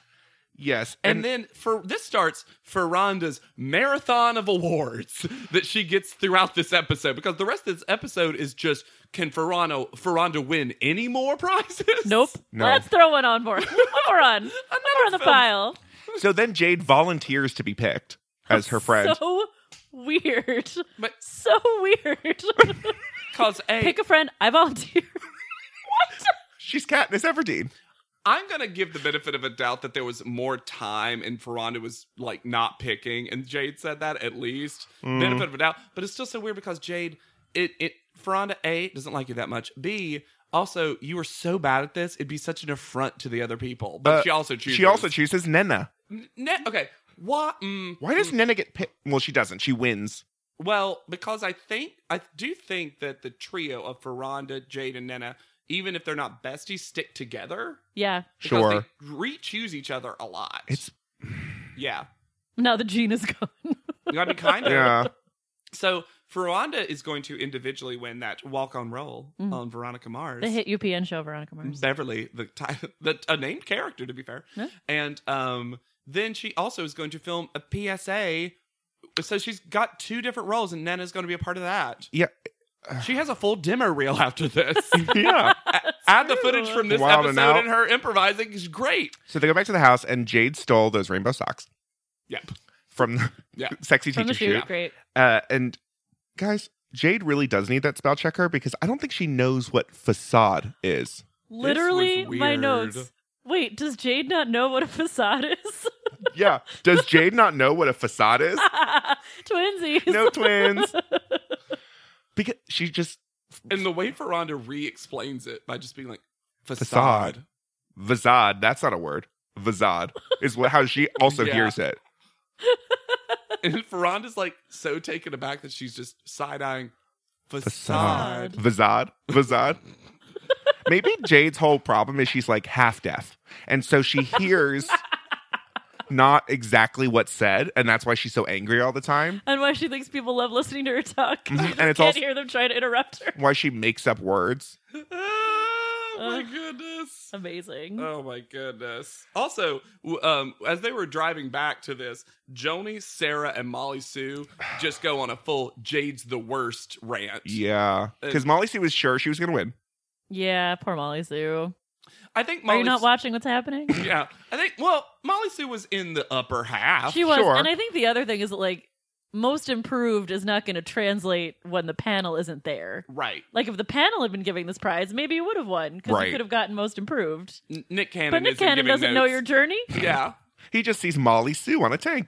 C: Yes,
D: And then for this starts Ferranda's marathon of awards that she gets throughout this episode because the rest of this episode is just can Ferrando Ferranda win any more prizes?
B: Nope.
C: No.
B: Let's throw one on more. One more on. One more on the
D: film.
B: pile.
C: so then Jade volunteers to be picked as her friend.
B: So weird.
D: But
B: So weird.
D: because a
B: Pick a friend. I volunteer.
C: She's Katniss Everdeen.
D: I'm gonna give the benefit of a doubt that there was more time and Ferranda was like not picking, and Jade said that at least benefit of a doubt. But it's still so weird because Jade, it it Ferranda a doesn't like you that much. B also you are so bad at this; it'd be such an affront to the other people. But
C: Uh,
D: she also chooses.
C: She also chooses Nena.
D: N- ne- okay. What? Mm,
C: Why does Nena get picked? Well, she doesn't. She wins.
D: Well, because I think I do think that the trio of Ferranda, Jade, and Nena, even if they're not besties, stick together.
B: yeah.
D: because
C: Sure.
D: they re-choose each other a lot.
C: It's
D: yeah.
B: Now the gene is gone.
D: You know, I mean, kind of.
C: yeah.
D: So Ferranda is going to individually win that walk on roll
B: Mm.
D: on Veronica Mars.
B: The hit UPN show, Veronica Mars.
D: Beverly, the, ti- the a named character to be fair,
B: Yeah.
D: and um, then she also is going to film a PSA. So she's got two different roles, and Nana's going to be a part of that.
C: Yeah.
D: She has a full demo reel after this.
C: yeah.
D: Add the footage from this
C: Wild 'N
D: episode
C: Out.
D: and her improvising is great.
C: So they go back to the house, and Jade stole those rainbow socks
D: Yep.
C: from the
D: Yeah.
C: sexy
B: From
C: teacher
B: the shoot.
C: shoot.
B: Great.
C: Uh, and guys, Jade really does need that spell checker because I don't think she knows what facade is.
B: Literally, my
D: weird.
B: notes. Wait, does Jade not know what a facade is?
C: Yeah. Does Jade not know what a facade is?
B: Twinsies.
C: No twins. Because she just
D: And the way Ferranda re-explains it by just being like facade.
C: Facade. facade. That's not a word. Facade is what, how she also
D: Yeah.
C: hears it.
D: And Ferranda's like so taken aback that she's just side eyeing
C: Facade.
D: facade.
C: Vazad. Vazad. Maybe Jade's whole problem is she's like half deaf. And so she hears not exactly what's said. And that's why she's so angry all the time.
B: And why she thinks people love listening to her talk.
C: Mhm, and
B: I
C: it's
B: can't
C: also-
B: hear them trying to interrupt her.
C: Why she makes up words.
D: Oh my
B: Uh.
D: goodness.
B: Amazing.
D: Oh my goodness. Also, w- um, as they were driving back to this, Joni, Sarah, and Molly Sue just go on a full Jade's the worst rant.
C: Yeah. Because Molly Sue was sure she was going to win.
B: yeah, poor Molly Sue.
D: I think
B: Are
D: Molly
B: you not
D: Sue-
B: watching what's happening?
D: Yeah. I think well, Molly Sue was in the upper half.
B: She was.
C: Sure.
B: And I think the other thing is that, like, most improved is not going to translate when the panel isn't there.
D: right.
B: Like, if the panel had been giving this prize, maybe you would have won because
C: Right.
B: you could have gotten most improved.
D: N- Nick Cannon
B: But Nick
D: isn't
B: Cannon
D: giving
B: doesn't know
D: notes.
B: your journey,
D: Yeah.
C: He just sees Molly Sue on a tank.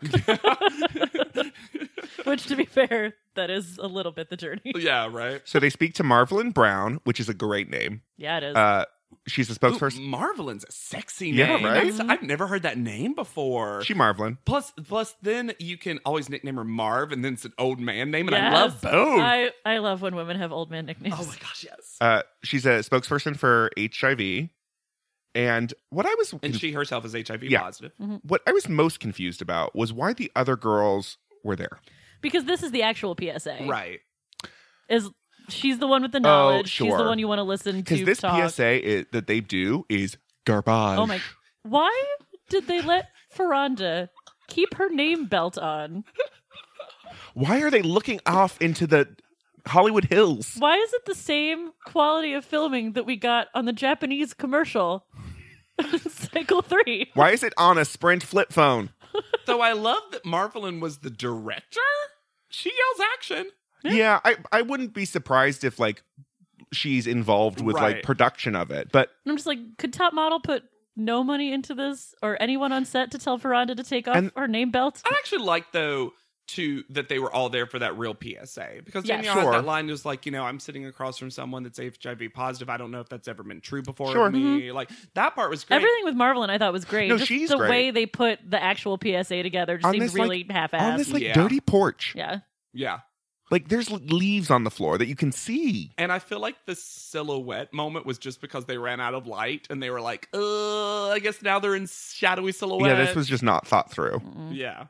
B: which, to be fair, that is a little bit the journey.
D: yeah, right.
C: so they speak to Marvelyn Brown, which is a great name.
B: Yeah, it is.
C: Uh, she's a
D: Ooh,
C: spokesperson.
D: Marvelin's a sexy name.
C: Yeah, right?
D: That's- I've never heard that name before.
C: She Marvelyn.
D: plus, plus, then you can always nickname her Marv, and then it's an old man name, and
B: Yes.
D: I love both.
B: I, I love when women have old man nicknames.
D: oh my gosh, yes.
C: Uh, she's a spokesperson for HIV. And what I was
D: and she herself is HIV
C: Yeah.
D: positive.
C: what I was most confused about was why the other girls were there.
B: Because this is the actual PSA.
D: Right.
B: Is she's the one with the knowledge. She's
C: sure.
B: the one you want to listen
C: Because
B: to
C: this
B: talk.
C: PSA i that they do is garbage.
B: Oh my why did they let Ferranda keep her name belt on?
C: Why are they looking off into the Hollywood Hills?
B: Why is it the same quality of filming that we got on the Japanese commercial? Cycle three.
C: Why is it on a Sprint flip phone?
D: so I love that Marvelin was the director. She yells action.
C: Yeah, I, I wouldn't be surprised if like she's involved with like
D: Right.
C: production of it. But
B: And I'm just like, could top model put no money into this or anyone on set to tell Ferranda to take off
C: And-
B: her name belt?
D: I actually like though to that they were all there for that real PSA because
B: Yes.
D: Danielle
C: Sure.
D: had that line was like, you know, I'm sitting across from someone that's HIV positive. I don't know if that's ever been true before of
C: Sure.
D: me. Like that part was great.
B: Everything with Marvelin I thought was great.
C: No,
B: just
C: she's
B: the
C: great.
B: way they put the actual PSA together just
C: On
B: seemed
C: this, like-
B: really half
C: on
B: assed.
C: this like
D: Yeah.
C: dirty porch.
B: yeah.
D: yeah.
C: Like there's l- leaves on the floor that you can see.
D: And I feel like the silhouette moment was just because they ran out of light and they were like, uh, I guess now they're in shadowy silhouette.
C: Yeah, this was just not thought through.
B: Mm.
D: Yeah.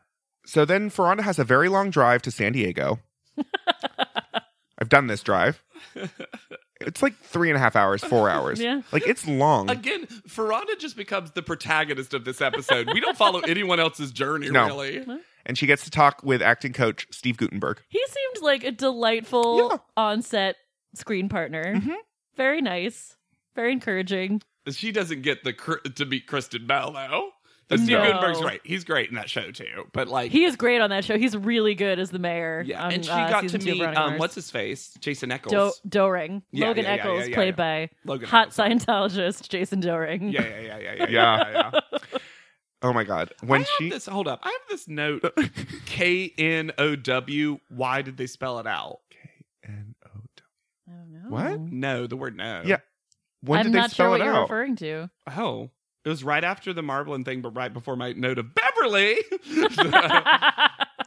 C: So then Ferranda has a very long drive to San Diego. I've done this drive. It's like three and a half hours, four hours.
B: Yeah.
C: Like it's long.
D: Again, Ferranda just becomes the protagonist of this episode. We don't follow anyone else's journey,
C: No.
D: really.
C: And she gets to talk with acting coach Steve Gutenberg.
B: He seemed like a delightful
C: Yeah.
B: on-set screen partner.
D: Mm-hmm.
C: Mhm.
B: Very nice. Very encouraging.
D: She doesn't get the cr- to meet Kristen Bell, though. But Steve
B: No.
D: Gutenberg's great. He's great in that show, too. But, like,
B: He is great on that show. He's really good as the mayor.
D: yeah.
B: on,
D: and she
B: uh,
D: got to
B: season two of
D: meet,
B: Veronica
D: um,
B: Mars.
D: what's his face? Jason Eccles.
B: Do- Doring.
D: Yeah,
B: Logan
D: yeah, yeah,
B: Eccles,
D: yeah, yeah,
B: played by
D: Logan
B: hot
D: Eccles.
B: Scientologist Jason Doring.
D: Yeah, yeah, yeah, yeah,
C: Yeah.
D: yeah, yeah, yeah. Oh my God. When I
C: she.
D: have this hold up. I have this note. K N O W. Why did they spell it out?
C: N-O-W.
B: I don't know.
C: What?
D: No, the word no.
C: Yeah. When
B: Mm. I'm
C: did they
B: not sure
C: spell
B: what
C: it
B: you're
C: out?
B: referring to.
D: Oh, it was right after the Marblin thing, but right before my note of Beverly.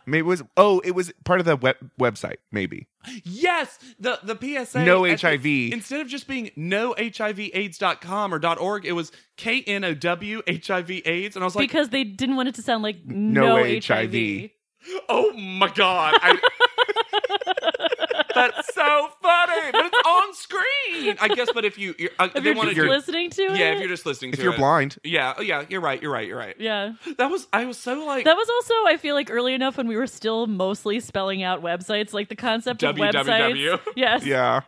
C: Maybe it was. Oh, it was part of the web- website, maybe.
D: yes, the the PSA.
C: no
D: at the-
C: HIV.
D: Instead of just being no HIVAIDS.com or .org, it was K N O W HIV AIDS, and I was like,
B: because they didn't want it to sound like
C: No
B: no,
C: HIV.
B: HIV.
D: oh my god, I- that's so funny, but it's on screen, I guess. But if you you're, uh,
B: If
D: they
B: you're
D: wanted
B: just
D: to-
B: listening to it.
D: yeah, if you're just listening,
C: if
D: to
C: you're
D: it.
C: blind,
D: Yeah, oh, yeah, you're right, you're right, you're right.
B: yeah.
D: That was I was so like
B: That was also, I feel like, early enough when we were still mostly spelling out websites, like the concept of
D: www.
B: websites. Yes.
C: yeah.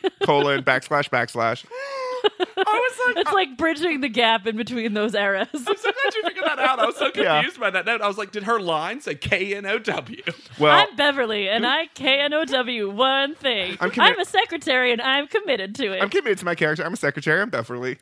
C: PP colon backslash backslash.
D: I was like
B: it's like bridging the gap in between those eras.
D: I'm so glad you figured that out. I was so
C: Yeah.
D: confused by that note. I was like, did her line say K N O W?
C: Well,
B: I'm Beverly, and I KNOW one thing.
C: I'm
B: I'm,
C: commi-
B: a secretary, and I'm committed to it.
C: I'm committed to my character. I'm a secretary. I'm Beverly.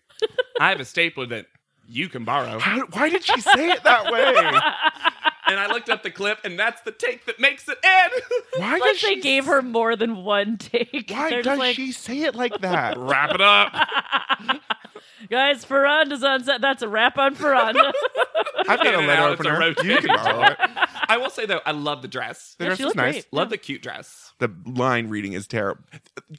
D: I have a stapler that you can borrow.
C: How, why did she say it that way?
D: And I looked up the clip, and that's the take that makes it in.
C: Why
B: like
C: did
B: they
C: she
B: gave her more than one take.
C: Why
B: They're
C: does
B: just like,
C: she say it like that?
D: Wrap it up.
B: guys, Ferranda's on set. That's a wrap on Ferranda.
C: I've got
D: In
C: a
D: and
C: letter
D: out, it's a
C: opener.
D: rotate.
C: You can borrow it.
D: I will say though, I love the dress.
C: The
B: Yeah,
C: dress
B: she
C: is
B: looked
C: nice.
B: great.
D: Love the cute dress.
C: The line reading is terrible.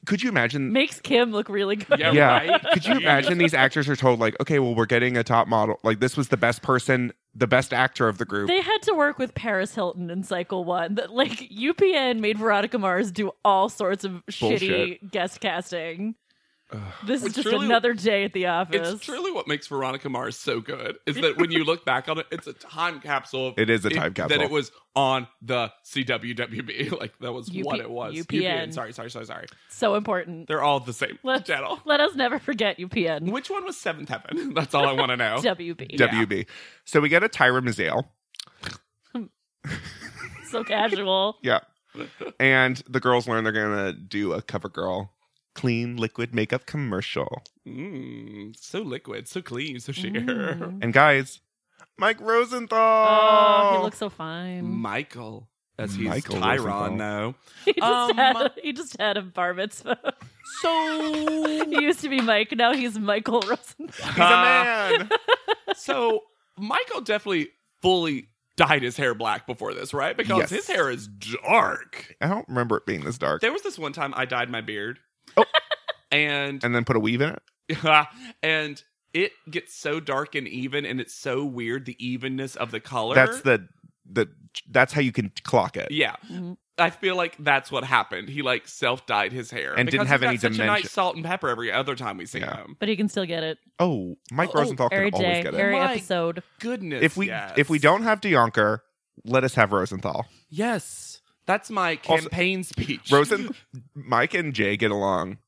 C: Could you imagine?
B: Makes Kim look really good.
D: Yeah,
C: yeah.
D: right.
C: Could you
D: Jeez.
C: imagine these actors are told like, okay, well, we're getting a top model. Like this was the best person, the best actor of the group.
B: They had to work with Paris Hilton in Cycle One. That like UPN made Veronica Mars do all sorts of
C: Bullshit.
B: shitty guest casting. This is
D: It's
B: just
D: truly-
B: another day at the office.
D: It's truly what makes Veronica Mars so good is that when you look back on it, it's a time capsule. of
C: It is a time capsule.
D: that it was on the CWWB. Like that was
B: UP
D: what it was.
B: UPN.
D: Sorry, sorry, sorry, sorry.
B: so important.
D: They're all the same
B: Let's-
D: channel.
B: Let us never forget UPN.
D: Which one was Seventh Heaven? That's all I want to know.
B: WB.
D: Yeah.
C: WB. So we get a Tyra Mazale.
B: So casual.
C: Yeah. and the girls learn they're gonna do a cover girl clean liquid makeup commercial.
D: Mm, so liquid, so clean, so sheer.
B: Mm.
C: And guys, Mike Rosenthal.
B: Oh, he looks so
C: Mm.
B: fine.
D: Michael, as he's
C: Michael Rosenthal.
D: Tyron now.
B: He just,
D: Um,
B: had a, he just had a bar mitzvah.
D: So
B: he used to be Mike. Now he's Michael Rosenthal.
C: He's a man.
D: Uh, so Michael definitely fully dyed his hair black before this, right? Because
C: Yes.
D: his hair is dark.
C: I don't remember it being this dark.
D: There was this one time I dyed my beard.
C: Oh.
D: And ah,
C: And then put a weave in it.
D: and it gets so dark and even and it's so weird the evenness of the color.
C: That's the the that's how you can clock it.
D: Yeah.
C: Mm.
B: Mhm.
D: I feel like that's what happened. He like self dyed his hair
C: And didn't
D: because
C: have
D: he's got
C: any
D: such a
C: dimension.
D: nice salt and pepper every other time we see
C: Yeah.
D: him.
B: But he can still get it
C: Oh, Mike
D: Oh,
C: Rosenthal can
B: every
C: always
B: day,
C: get it.
B: every
D: My-
B: episode.
D: Goodness,
C: if we
D: yes.
C: if we don't have DeYonker, let us have Rosenthal.
D: yes, that's my
C: Also-
D: campaign speech.
C: Rosen, Mike and Jay get along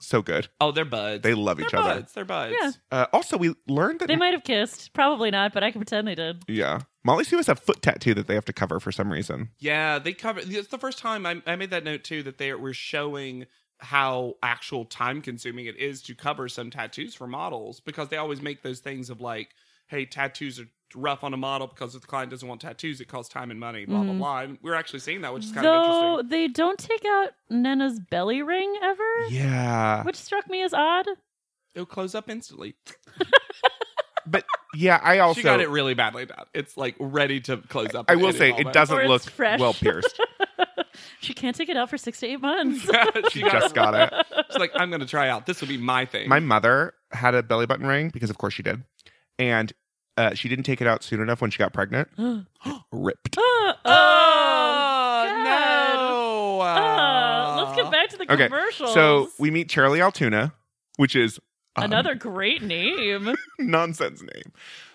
C: so good.
D: oh, they're buds.
C: They love
D: they're
C: each
D: buds.
C: other.
D: They're buds.
B: Yeah.
C: Uh, also, we learned that
B: They might have kissed. Probably not, but I can pretend they did.
C: Yeah. Molly Sue has a foot tattoo that they have to cover for some reason.
D: Yeah, they cover. It's the first time I, I made that note too that they were showing how actual time consuming it is to cover some tattoos for models because they always make those things of like, hey, tattoos are rough on a model because if the client doesn't want tattoos, it costs time and money, blah, blah, blah. And we're actually seeing that, which is kind of
B: Mm-hmm. Though
D: interesting.
B: they don't take out Nena's belly ring ever,
C: Yeah.
B: which struck me as odd.
D: It'll close up instantly.
C: But yeah, I also
D: she got it really badly done. It's like ready to close up.
C: I
D: at
C: will
D: any
C: say it
D: moment.
B: Or
C: doesn't
B: it's
C: look
B: fresh.
C: well pierced.
B: She can't take it out for six to eight months. Uh,
C: She
D: she got
C: just got it.
D: She's like, I'm going to try out. This will be my thing.
C: My mother had a belly button ring because, of course, she did, and uh, she didn't take it out soon enough when she got pregnant.
B: oh,
C: Ripped.
B: oh. God.
D: no.
B: Uh, let's get back to the
C: Okay,
B: commercials.
C: So we um, meet Charlie Altoona, which is a
B: another great name.
C: nonsense name.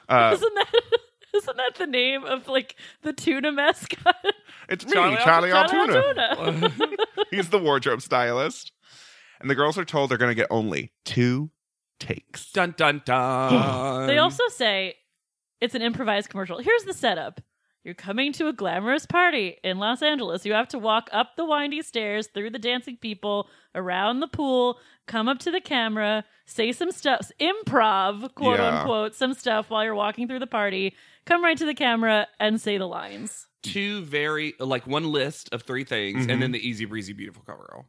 C: Uh,
B: isn't that isn't that the name of like the tuna mascot?
C: it's me,
D: Charlie
C: Charlie,
D: Al-
C: Altoona.
B: Charlie Altoona.
C: He's the wardrobe stylist, and the girls are told they're going to get only two takes.
D: Dun dun dun.
C: Um,
B: They also say it's an improvised commercial. Here's the setup. You're coming to a glamorous party in Los Angeles. You have to walk up the windy stairs, through the dancing people, around the pool, come up to the camera, say some stuff, improv, quote
C: Yeah.
B: unquote, some stuff while you're walking through the party, come right to the camera and say the lines.
D: two very like one list of three things,
C: Mhm.
D: and then the easy breezy beautiful cover girl.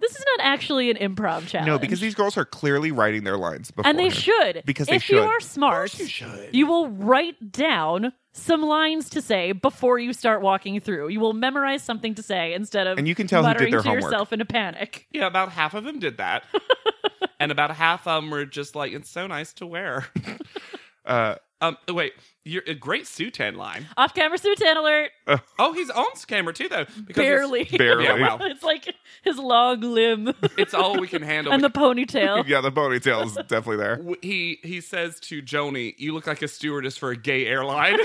B: This is not actually an improv challenge.
C: No, because these girls are clearly writing their lines before.
B: and they should
C: Because they
B: if
C: should.
B: you are smart,
D: should.
B: You will write down some lines to say before you start walking through. You will memorize something to say instead of
C: And you can tell who did
B: muttering
C: their
B: to
C: homework.
B: yourself in a panic.
D: yeah, about half of them did that, and about half of them were just like, "It's so nice to wear."
C: Uh,
D: Um, wait, you're a great Sutan line.
B: Off camera Sutan alert.
D: Oh, he's on camera too, though. Because it's-
B: Barely.
C: barely.
D: Yeah, wow.
B: it's like his long limb
D: It's, all we can handle.
B: and the ponytail.
C: yeah, the ponytail is definitely there.
D: W- he he says to Joni, "You look like a stewardess for a gay airline."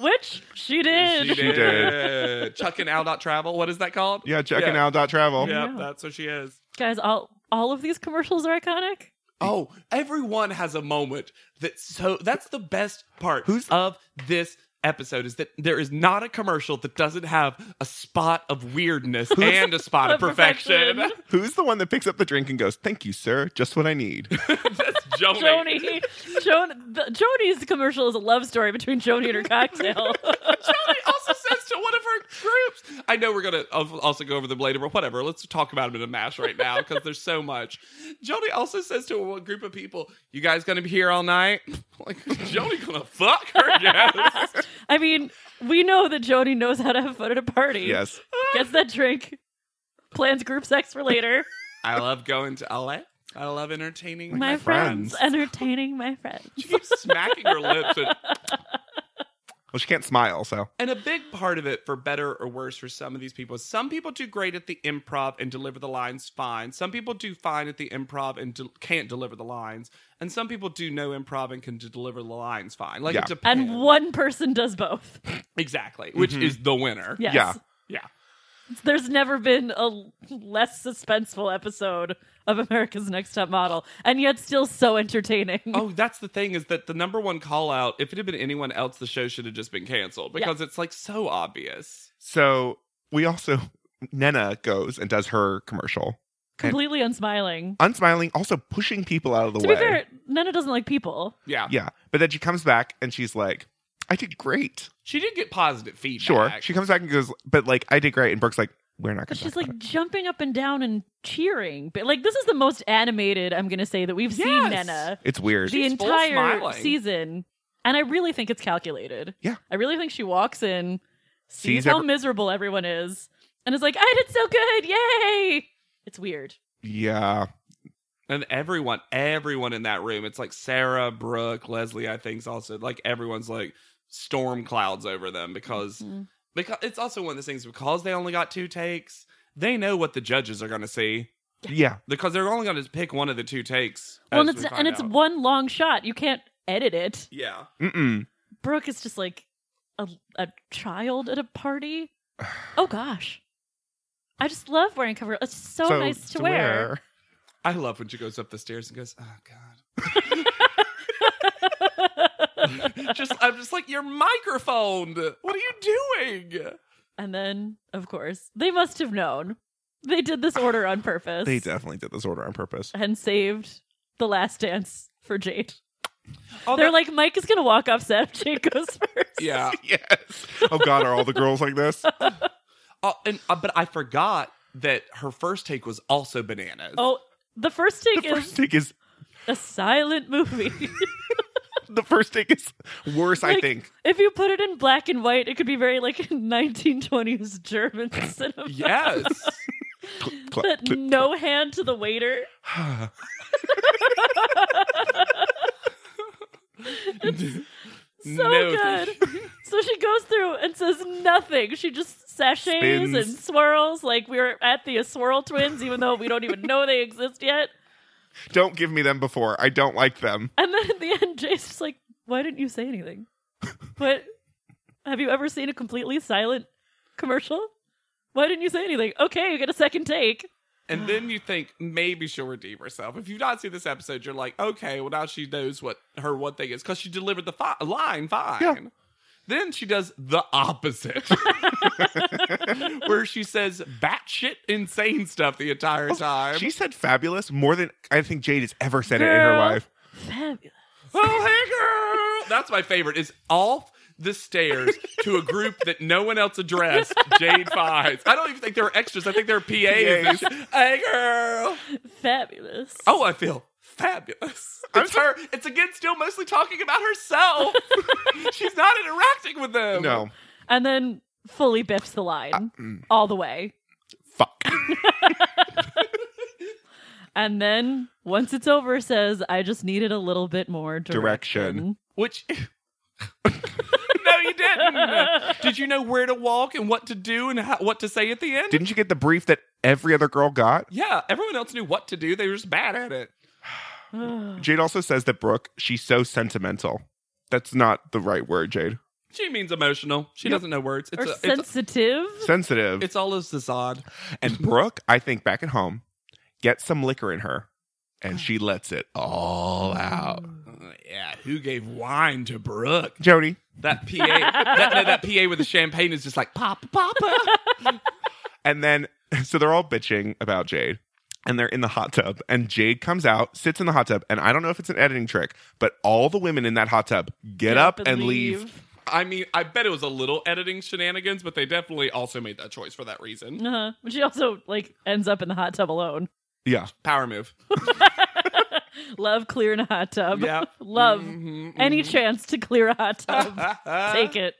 B: Which she did.
D: she
C: did.
D: did. Chuck and Al dot travel. What is that called?
C: Yeah, checking
D: Yeah.
C: out dot travel.
D: Yep,
B: Yeah.
D: that's what she is.
B: Guys, all all of these commercials are iconic.
D: Oh, everyone has a moment that so that's the best part
C: Who's-
D: of this episode is that there is not a commercial that doesn't have a spot of weirdness and a spot of
B: Of perfection.
D: perfection.
C: Who's the one that picks up the drink and goes, "Thank you, sir, just what I need."
D: that's Joni.
B: Joni, Joni, the, Joni's commercial is a love story between Joni and her cocktail.
D: Joni also says to one of her groups, I know we're going to also go over them later, but whatever. Let's talk about them in a mash right now because there's so much. Joni also says to a group of people, You guys going to be here all night? Like, Joni going to fuck her? Yes.
B: I mean, we know that Joni knows how to have fun at a party.
C: yes.
B: Gets that drink. Plans group sex for later.
D: I love going to LA. I love entertaining
B: my friends.
C: friends.
B: Entertaining my friends.
D: She keeps smacking her lips. And,
C: Well, she can't smile, so
D: and a big part of it, for better or worse, for some of these people, is some people do great at the improv and deliver the lines fine. Some people do fine at the improv and del- can't deliver the lines. And some people do no improv and can d- deliver the lines fine. Like
C: Yeah.
D: it depends.
B: And one person does both.
D: exactly, which
C: Mhm.
D: is the winner.
B: Yes.
C: Yeah.
D: Yeah.
B: There's never been a l- less suspenseful episode of America's Next Top Model, and yet still so entertaining.
D: Oh, that's the thing is that the number one call out, if it had been anyone else, the show should have just been canceled
B: Yeah.
D: because it's like so obvious.
C: so we also Nena goes and does her commercial,
B: Completely unsmiling.
C: unsmiling, also pushing people out of the
B: To
C: way.
B: be fair, Nana doesn't like people.
D: Yeah.
C: Yeah, but then she comes back and she's like, "I did great."
D: She did get positive feedback.
C: Sure, she comes back and goes, "But like, I did great," and Brooke's like, "We're not."
B: But
C: Gonna
B: she's
C: talk about
B: like jumping up and down and cheering. But like this is the most animated I'm gonna say that we've seen
D: Yes.
B: Nana.
C: it. it's weird.
B: the
D: She's full
B: entire
D: smiling.
B: season. And I really think it's calculated.
C: Yeah.
B: I really think she walks in,
C: Sees
B: sees, how
C: every-
B: miserable everyone is, and is like, I did so good. Yay. It's weird.
C: yeah,
D: And everyone, everyone in that room, it's like Sarah, Brooke, Leslie, I think's also like everyone's like storm clouds over them because
B: Mm-hmm.
D: because it's also one of those things because they only got two takes, they know what the judges are gonna see.
C: yeah,
D: Because they're only gonna pick one of the two takes.
B: Well, and
D: as
B: it's
D: we
B: and
D: find
B: it's
D: out.
B: one long shot. You can't edit it.
D: Yeah.
C: Mm-mm.
B: Brooke is just like a, a child at a party. Oh gosh. I just love wearing coveralls. It's so, nice to, wear.
D: I love when she goes up the stairs and goes, Oh God. just I'm just like, Your microphone. What are you doing?
B: and then, of course, they must have known. They did this order on purpose.
C: They definitely did this order on purpose.
B: and saved the last dance for Jade. They're like, Mike is gonna walk off set if Jake goes first.
D: yeah.
C: yes. Oh God, are all the girls like this?
D: Uh, and uh, but I forgot that her first take was also bananas.
B: Oh, the first
C: The
B: take
C: first
B: is
C: take is
B: a silent movie.
C: the first take is worse. I
B: Like-
C: think
B: if you put it in black and white, it could be very like 1920s German cinema.
D: Yes.
C: Cl- cl-
B: That
C: cl-
B: no hand to the waiter. So
D: No,
B: good.
D: thank
B: so she goes through and says nothing. She just sachets
C: Spins.
B: and swirls like we're at the Swirl Twins, even though we don't even know they exist yet.
C: don't give me them before. I don't like them.
B: And then at the end, Jay's just like, "Why didn't you say anything?" But have you ever seen a completely silent commercial? Why didn't you say anything? Okay, you get a second take.
D: And then you think maybe she'll redeem herself. If you've not seen this episode, you're like, okay, well now she knows what her one thing is because she delivered the fi- line fine.
C: Yeah.
D: Then she does the opposite, where she says batshit insane stuff the entire time.
C: Oh, She said fabulous more than I think Jade has ever said it in her
B: Girl.
C: life.
B: Fabulous.
D: oh hey girl, that's my favorite. Is off the stairs to a group that no one else addressed. Jade finds. I don't even think there are extras. I think there are PAs. hey girl.
B: Fabulous.
D: Oh, I feel fabulous.
C: I'm
D: It's her. It's again still mostly talking about herself. She's not interacting with them.
C: No,
B: And then fully biffs the
D: Uh,
B: line
D: mm.
B: all the way.
C: fuck.
B: And then once it's over, says, I just needed a little bit more direction.
C: Direction.
D: Which. no, you didn't. Did you know where to walk and what to do and how, what to say at the end?
C: Didn't you get the brief that every other girl got?
D: yeah, everyone else knew what to do. They were just bad at it.
C: Jade also says that Brooke, she's so sentimental. That's not the right word, Jade.
D: She means emotional. She doesn't know words. It's
B: or
D: a, it's,
B: sensitive.
C: Sensitive.
D: it's all a zod.
C: and Brooke, I think back at home, gets some liquor in her and she lets it all out.
D: Uh, Yeah, who gave wine to Brooke?
C: Jody,
D: That PA, that, no, that PA with the champagne is just like pop, papa.
C: And then, so they're all bitching about Jade and they're in the hot tub. And Jade comes out, sits in the hot tub. And I don't know if it's an editing trick, but all the women in that hot tub get, up, and leave.
D: I mean, I bet it was a little editing shenanigans, but they definitely also made that choice for that reason.
B: Uh-huh. But she also like ends up in the hot tub alone.
C: Yeah.
D: Power move.
B: Love clearing a hot tub.
D: Yeah.
B: Love
D: Mhm,
B: any chance to clear a hot tub.
D: mhm.
B: Take it.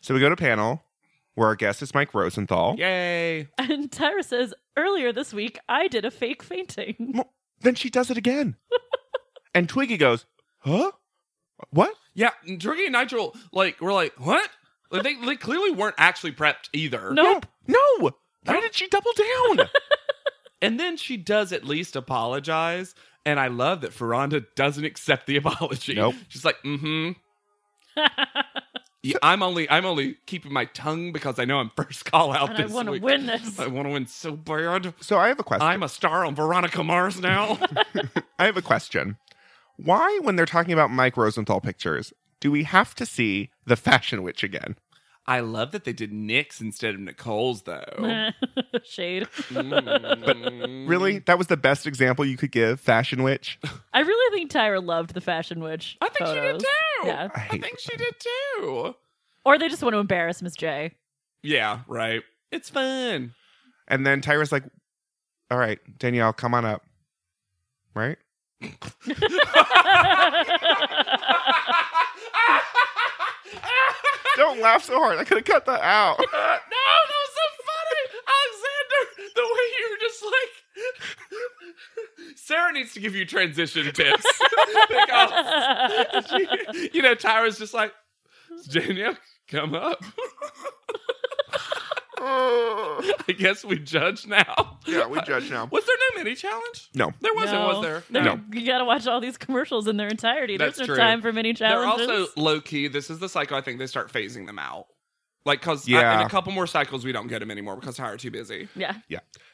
C: So we go to panel where our guest is Mike Rosenthal.
D: Yay.
B: And Tyra says, earlier this week, I did a fake fainting.
C: Mo- Then she does it again. and Twiggy goes, huh? What?
D: Yeah, Druggy and Nigel, like, we're like, what? Like, they, they clearly weren't actually prepped either.
B: Nope.
C: No. Why did she double down?
D: And then she does at least apologize. And I love that Ferranda doesn't accept the apology.
C: Nope.
D: She's like, mm-hmm. Yeah, I'm only I'm only keeping my tongue because I know I'm first call out
B: and I
D: this
B: want to
D: week.
B: win this.
D: I want to win so bad.
C: so I have a question.
D: I'm a star on Veronica Mars now.
C: I have a question. Why, when they're talking about Mike Rosenthal pictures, do we have to see the fashion witch again?
D: I love that they did Nick's instead of Nicole's though.
B: Shade.
C: Really? That was the best example you could give, Fashion Witch?
B: I really think Tyra loved the Fashion Witch.
D: I think she did
B: photos.
D: too.
B: Yeah.
D: I,
C: hate
D: think she did too.
B: Or they just want to embarrass Miss J.
D: Yeah, right. It's fun.
C: And then Tyra's like, all right, Danielle, come on up. Right? Don't laugh so hard. I could have cut that out.
D: no, that was so funny, Alexander. The way you were just like, Sarah needs to give you transition tips. Because, you know, Tyra's just like, Danielle, come up. I guess we judge now.
C: yeah, we judge now.
D: Was there no mini challenge?
C: No.
D: There wasn't, was there?
C: No.
B: You gotta watch all these commercials in their entirety.
D: That's
B: There's no
D: true.
B: time for many
D: They're
B: challenges.
D: also low key. This is the cycle. I think they start phasing them out. Like, cause I-
C: Yeah.
D: in a couple more cycles we don't get them anymore because hire too busy.
B: yeah.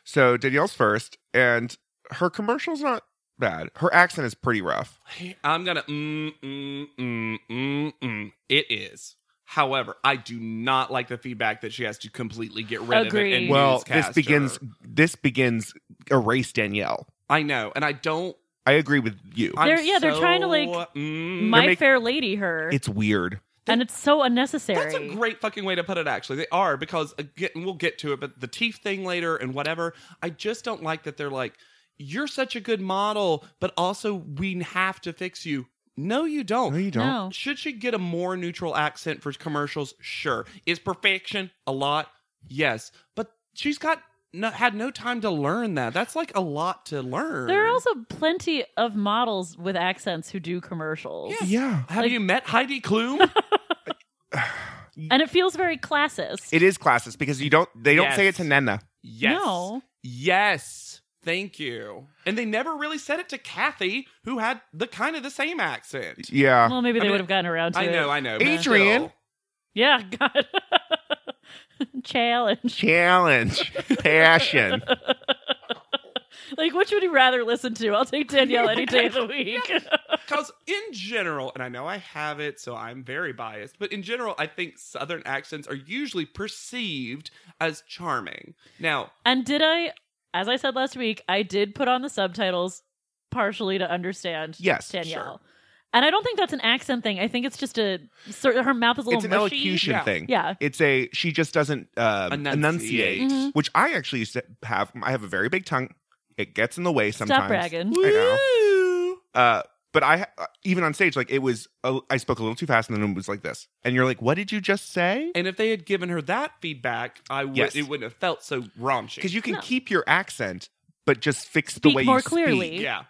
C: So Danielle's first, and her commercial's not bad. Her accent is pretty rough.
D: I'm gonna. Mm, mm, mm, mm, mm. It is. However, I do not like the feedback that she has to completely get rid of it.
B: Agreed.
D: And
C: Well, this
D: newscast
C: begins
D: her.
C: this begins erase Danielle.
D: I know, and I don't.
C: I agree with you.
D: I'm
B: They're- yeah, they're trying to, like,
D: so- mm,
B: My
C: They're make-
B: Fair Lady her,
C: it's weird.
B: and it's so unnecessary.
D: That's a great fucking way to put it, actually. They are, because again, we'll get to it, but the teeth thing later and whatever. I just don't like that they're like, you're such a good model, but also we have to fix you. No, you don't.
C: No, you don't.
B: no.
D: Should she get a more neutral accent for commercials? Sure. Is perfection a lot? Yes. But she's got no, had no time to learn that. That's like a lot to learn.
B: There are also plenty of models with accents who do commercials.
C: Yeah.
D: Have
B: like-
D: you met Heidi Klum?
B: And it feels very classist.
C: It is classist because you don't they don't say it
D: Yes.
C: to Nenna.
D: yes.
B: No.
D: Yes. Thank you. And they never really said it to Kathy, who had the kind of the same accent.
C: Yeah.
B: Well, maybe
D: I
B: they
D: mean,
B: would have gotten around to
D: I
B: it.
D: know, I know. but
C: Adrian.
D: still.
B: Yeah, God. Challenge.
C: Challenge. Passion.
B: Like, which would you rather listen to? I'll take Danielle any day of the week.
D: Because in general, and I know I have it, so I'm very biased, but in general, I think Southern accents are usually perceived as charming. Now,
B: and did I, as I said last week, I did put on the subtitles partially to understand
C: Yes,
B: Danielle.
D: sure.
B: And I don't think that's an accent thing. I think it's just a, sort her mouth is a little
C: It's an
B: mushy.
C: elocution
D: Yeah.
C: thing.
B: Yeah.
C: It's a she just doesn't um,
D: Enunciate.
C: enunciate,
B: Mhm.
C: which I actually used to have. I have a very big tongue. It gets in the way sometimes.
B: Stop bragging.
C: I know. Uh, but I even on stage, like it was, uh, I spoke a little too fast, and then it was like this, and you're like, "What did you just say?"
D: and if they had given her that feedback, I would
C: Yes.
D: it wouldn't have felt so raunchy.
C: Because you can
B: No.
C: keep your accent, but just fix the
B: Speak
C: way
B: more
C: you
B: clearly.
C: speak.
D: yeah,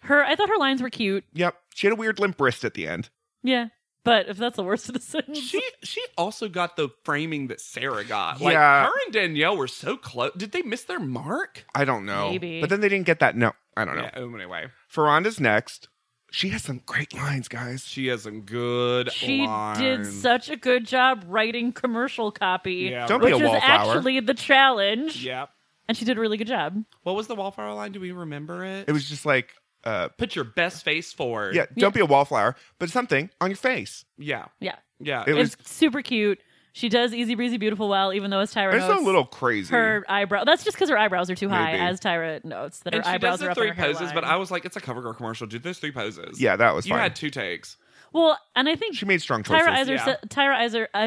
B: Her, I thought her lines were cute.
C: Yep, she had a weird limp wrist at the end.
B: Yeah. But if that's the worst of the sentence.
D: she she also got the framing that Sarah got. Like
C: Yeah.
D: her and Danielle were so close. Did they miss their mark?
C: I don't know,
B: Maybe.
C: but then they didn't get that. No, I don't know.
D: Yeah, um, anyway,
C: Ferranda's next. She has some great lines, guys.
D: she has some good.
B: She did
D: lines.
B: such a good job writing commercial copy,
D: Yeah,
C: Don't be
B: which
C: a
B: was
C: wallflower.
B: actually the challenge.
D: Yeah.
B: And she did a really good job.
D: What was the wallflower line? Do we remember it?
C: It was just like, uh,
D: put your best face forward.
C: yeah, don't be a wallflower, but something on your face.
D: Yeah.
B: Yeah.
D: Yeah.
C: It was-
B: it's super cute. She does Easy Breezy Beautiful well, even though it's Tyra
C: It's a
B: Notes.
C: little crazy.
B: her eyebrow. That's just because her eyebrows are too high,
C: Maybe.
B: as Tyra notes that her
D: and she
B: eyebrows
D: does the
B: are up
D: three
B: in her
D: poses, but I
B: hairline.
D: was like, it's a CoverGirl commercial. Dude, there's three poses.
C: yeah, that was
D: You
C: fine.
D: had two takes.
B: well, and I think
C: she made strong choices.
B: Tyra Iser,
D: yeah.
B: sa- Tyra Iser, I,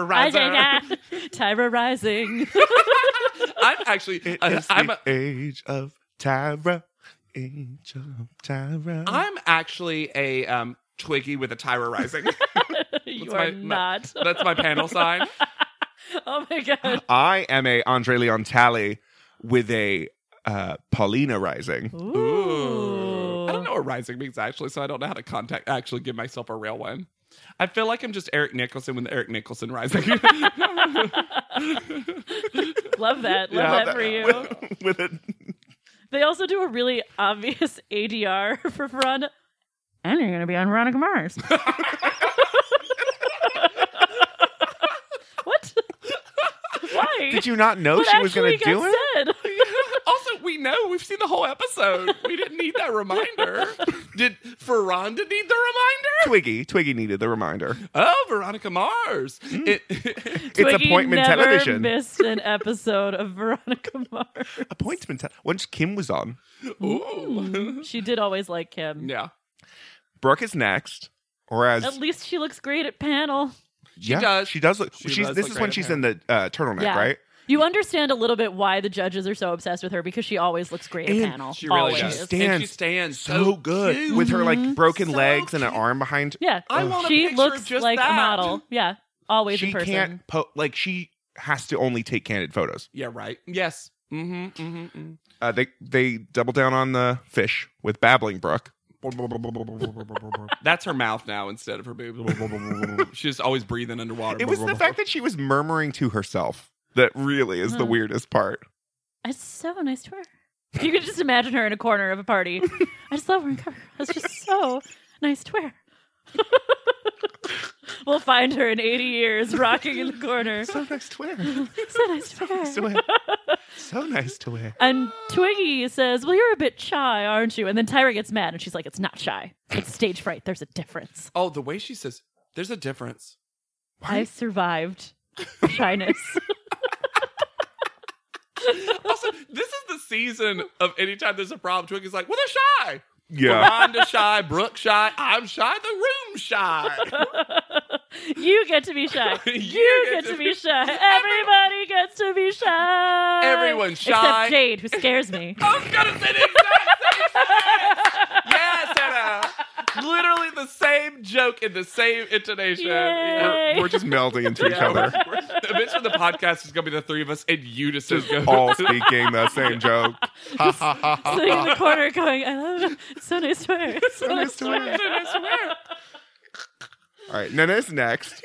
B: I,
D: Riser.
B: Tyra Rising.
D: I'm actually,
C: It
D: uh,
C: is
D: I'm,
C: the age of Tyra. Age of Tyra.
D: I'm actually a um, Twiggy with a Tyra Rising.
B: you
D: That's
B: are
D: my- my-
B: not.
D: That's my panel sign.
B: oh my god.
C: I am a Andre Leontali with a uh, Paulina rising.
D: Ooh. I don't know what rising means actually, so I don't know how to contact actually give myself a real one. I feel like I'm just Eric Nicholson with Eric Nicholson rising.
B: Love that. Love
C: Yeah.
B: that for you.
C: With, with a,
B: They also do a really obvious ADR for Veronica. And you're going to be on Veronica Mars. what? Why?
C: did you not know
B: what
C: she was going
B: actually
C: to do
B: got
C: it?
B: said?
D: also, we know we've seen the whole episode. We didn't need that reminder. Did Ferranda need the reminder?
C: Twiggy, Twiggy needed the reminder.
D: Oh, Veronica Mars. It-
C: it's
B: Twiggy
C: appointment
B: never
C: television.
B: missed an episode of Veronica Mars.
C: appointment. Te- Once Kim was on,
D: ooh.
B: She did always like him.
D: yeah.
C: Brooke is next, or as
B: At least she looks great at panel.
C: she
D: does.
C: She does look.
D: She
C: she's.
D: does
C: this
D: look
C: is when
D: great
C: she's
D: in
C: in the uh, turtleneck,
B: Yeah.
C: right?
B: You understand a little bit why the judges are so obsessed with her because she always looks great at
C: And
B: panel.
D: She really
B: always.
D: does.
C: She
D: and she
C: stands
D: stands
C: So, good
D: cute.
C: with her like broken
D: So
C: legs and an
D: cute.
C: arm behind.
B: Yeah,
D: I want a
B: she
D: picture of
B: looks
D: just
B: like a
D: that.
B: model. Yeah, always
C: She
B: in person.
C: can't po- like she has to only take candid photos.
D: Yeah, right. Yes. Mm-hmm. mm-hmm, mm-hmm.
C: Uh, they they double down on the fish with babbling brook.
D: That's her mouth now instead of her boobs. She's always breathing underwater.
C: It was the fact that she was murmuring to herself that really is the
D: Hmm.
B: Huh.
C: weirdest part.
B: It's so nice to her. You could just imagine her in a corner of a party. I just love her in cover. It's just so nice to wear. we'll find her in 80 years rocking in the corner.
C: So
B: So
C: nice to wear.
B: nice to
C: Nice to
B: wear.
C: wear. So nice to wear.
B: And Twiggy says, Well, you're a bit shy, aren't you? And then Tyra gets mad and she's like, It's not shy. It's stage fright. There's a difference.
D: Oh, the way she says, there's a difference.
B: I survived shyness.
D: also, this is the season of anytime there's a problem, Twig is like, well, they're shy.
C: Yeah.
D: Rhonda shy, Brooke shy, I'm shy, the room shy.
B: you get to be shy.
D: You
B: You get
D: get to
B: to
D: be-
B: be shy. Everybody gets to be shy.
D: Everyone's shy.
B: Except Jade, who scares me.
D: I was gonna say the exact same thing. Yeah, Sarah. Literally the same joke in the same intonation. Yeah.
B: Yay.
C: We're just melding into each
D: Yeah, we're-
C: other,
D: we're- Eventually, the podcast is gonna be the three of us in unison. going,
C: all speaking the same joke. Ha ha ha ha.
B: Sitting in the corner going, I love it. It's so nice to wear. It's so, nice to wear.
C: All right, Nana's next.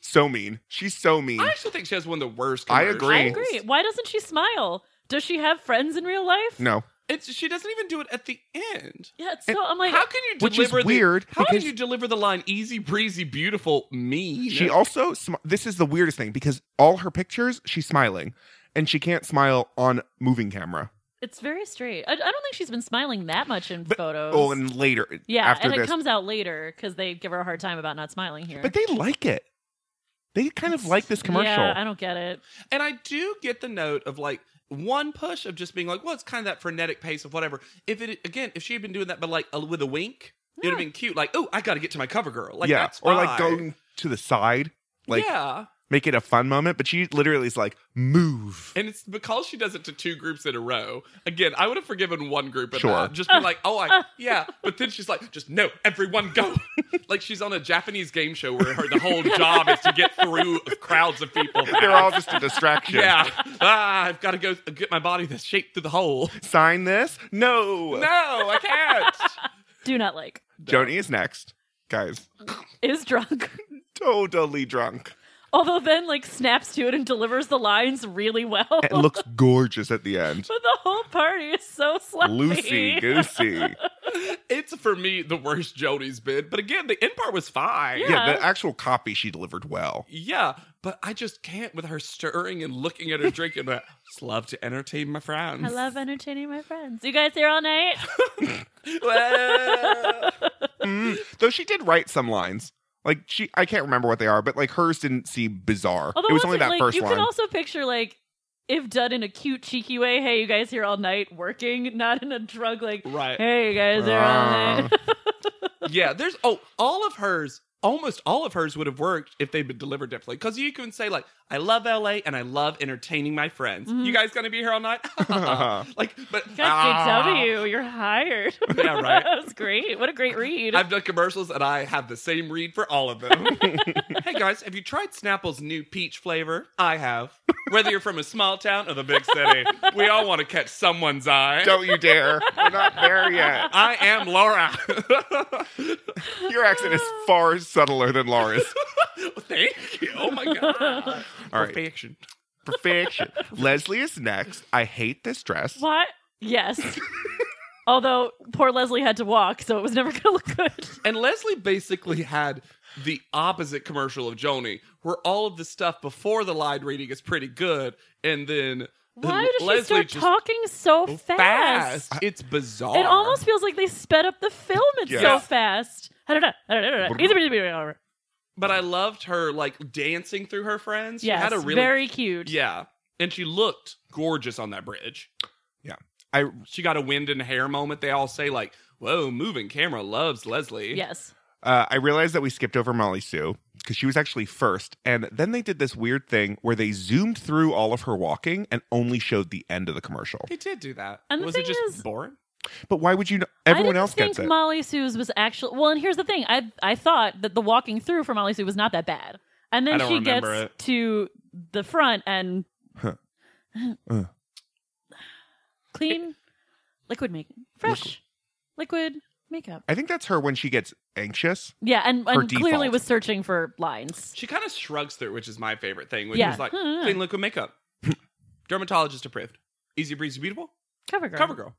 C: So mean. She's so mean.
D: I actually think she has one of the worst.
C: I
D: commercials.
B: I
C: agree.
B: agree. Why doesn't she smile? Does she have friends in real life?
C: No,
D: It's she doesn't even do it at the end.
B: Yeah, it's so I'm like,
D: How can you
C: Which is
D: deliver the-
C: weird,
D: How can
C: because-
D: you deliver the line "easy breezy, beautiful me"?
C: she also. Sm- this is the weirdest thing because all her pictures, she's smiling, and she can't smile on moving camera.
B: it's very straight. I, I don't think she's been smiling that much in
C: But-
B: photos.
C: Oh, and later.
B: yeah,
C: after
B: and it
C: this,
B: comes out later because they give her a hard time about not smiling here.
C: but they like it. They kind of like this commercial.
B: Yeah, I don't get it.
D: And I do get the note of like one push of just being like, well, it's kind of that frenetic pace of whatever. If it again, if she had been doing that, but like a, with a wink, it would have been cute. Like, oh, I got to get to my cover girl. Like,
C: yeah,
D: that's
C: or like
D: fine.
C: going to the side, like
D: yeah.
C: make it a fun moment. But she literally is like, move.
D: And it's because she does it to two groups in a row. Again, I would have forgiven one group at
C: Sure.
D: that. Just be like, oh, I, yeah. But then she's like, just no, everyone go. like she's on a Japanese game show where her the whole job is to get through crowds of people.
C: They're all just a distraction.
D: yeah. Ah, I've got to go get my body this shape through the hole.
C: Sign this? No.
D: No, I can't.
B: Do not like.
C: Joni is next. Guys,
B: Is drunk.
C: totally drunk.
B: Although then like snaps to it and delivers the lines really well.
C: It looks gorgeous at the end.
B: but the whole party is so sloppy.
C: Loosey goosey. Yeah.
D: it's for me the worst Jody's been. But again, the end part was fine.
B: Yeah.
C: the actual copy she delivered well.
D: Yeah, but I just can't with her stirring and looking at her drinking. I just love to entertain my friends.
B: I love entertaining my friends. You guys here all night?
D: Well,
C: Mm. Though she did write some lines. Like she I can't remember what they are, but like hers didn't seem bizarre.
B: Although
C: it was
B: once
C: only that
B: like,
C: first
B: you
C: line.
B: can also picture like if done in a cute, cheeky way, hey, you guys here all night working, not in a drug like,
D: right.
B: hey, you guys here all night.
D: Yeah, there's oh, all of hers, almost all of hers would have worked if they'd been delivered differently. Because you can say like, I love LA and I love entertaining my friends.
B: Mhm.
C: Mm-hmm.
D: You guys gonna be here all night? like, but ah,
B: Got
C: Ah.
B: JW, you're hired.
D: Yeah, right.
B: that was great. What a great read.
D: I've done commercials and I have the same read for all of them. hey guys, have you tried Snapple's new peach flavor? I have. Whether you're from a small town or the big city, we all want to catch someone's eye.
C: Don't you dare. We're not there yet.
D: I am Laura.
C: Your accent is far subtler than Laura's.
D: Thank you. Oh my god.
C: All right.
D: Perfection.
C: Perfection. Leslie is next. I hate this dress.
B: What? Yes. Although poor Leslie had to walk, so it was never going to look good.
D: And Leslie basically had the opposite commercial of Joni, where all of the stuff before the line reading is pretty good, and then
B: Why does
D: Leslie
B: she start
D: just Oh,
B: talking so
D: so
B: fast?
D: It's bizarre.
B: It almost feels like they sped up the film. It's
C: Yeah.
B: so fast. I don't know. I don't know. Either way,
D: But I loved her like dancing through her friends. She
B: yes,
D: had a really
B: very cute.
D: yeah, and she looked gorgeous on that bridge.
C: I
D: She got a wind and hair moment. They all say like, "Whoa, moving camera loves Leslie."
B: Yes.
C: Uh, I realized that we skipped over Molly Sue because she was actually first. And then they did this weird thing where they zoomed through all of her walking and only showed the end of the commercial.
D: they did do that.
B: And the
D: was it
B: thing
D: just
B: is-
D: boring?
C: But why would you? Know? Everyone
B: I didn't
C: else
B: think
C: gets it.
B: Molly Sue's was actually well. And here's the thing: I I thought that the walking through for Molly Sue was not that bad, and
D: I
B: then
D: don't
B: she gets
D: remember it.
B: to the front and
C: Huh. Uh.
B: clean liquid make fresh liquid makeup.
C: I think that's her when she gets anxious.
B: Yeah, and,
C: Her
B: and clearly
C: default.
B: was searching for lines.
D: She kind of shrugs through, it, which is my favorite thing. Which
B: Yeah.
D: is like
B: Hmm.
D: clean liquid makeup, dermatologist approved, easy breezy, beautiful.
B: Cover girl.
D: Cover girl.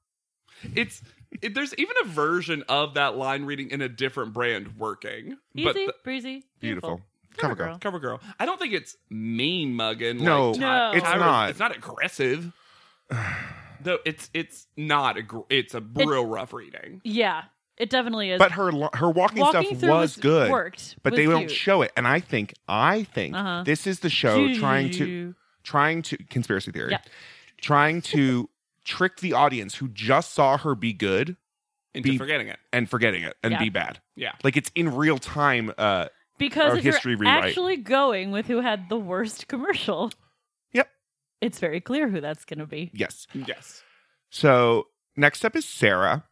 D: It's it, there's even a version of that line reading in a different brand working.
B: Easy,
D: But the,
B: breezy,
C: Beautiful.
B: beautiful.
C: Cover
B: Cover
C: girl.
B: girl.
D: cover girl. I don't think it's mean mugging.
C: No,
D: like,
B: No.
D: Ty-
B: it's
D: Tyra-
C: not.
D: It's not aggressive. Though it's it's not a gr- it's a real rough reading.
B: Yeah, it definitely is.
C: But her lo- her walking, stuff
B: through
C: was, good.
B: Worked,
C: But
B: was
C: they don't
B: cute.
C: show it. And I think I think
B: Uh-huh.
C: this is the show trying to trying to conspiracy theory
B: Yeah.
C: trying to trick the audience who just saw her be good
D: into
C: Be-
D: forgetting it.
C: and forgetting it and
B: Yeah.
C: be bad.
D: Yeah.
C: Like it's in real time. Uh,
B: Because
C: Our
B: if you're
C: history rewrite.
B: actually going with who had the worst commercial,
C: Yep.
B: it's very clear who that's going to be.
C: yes.
D: Yes.
C: So next up is Sarah.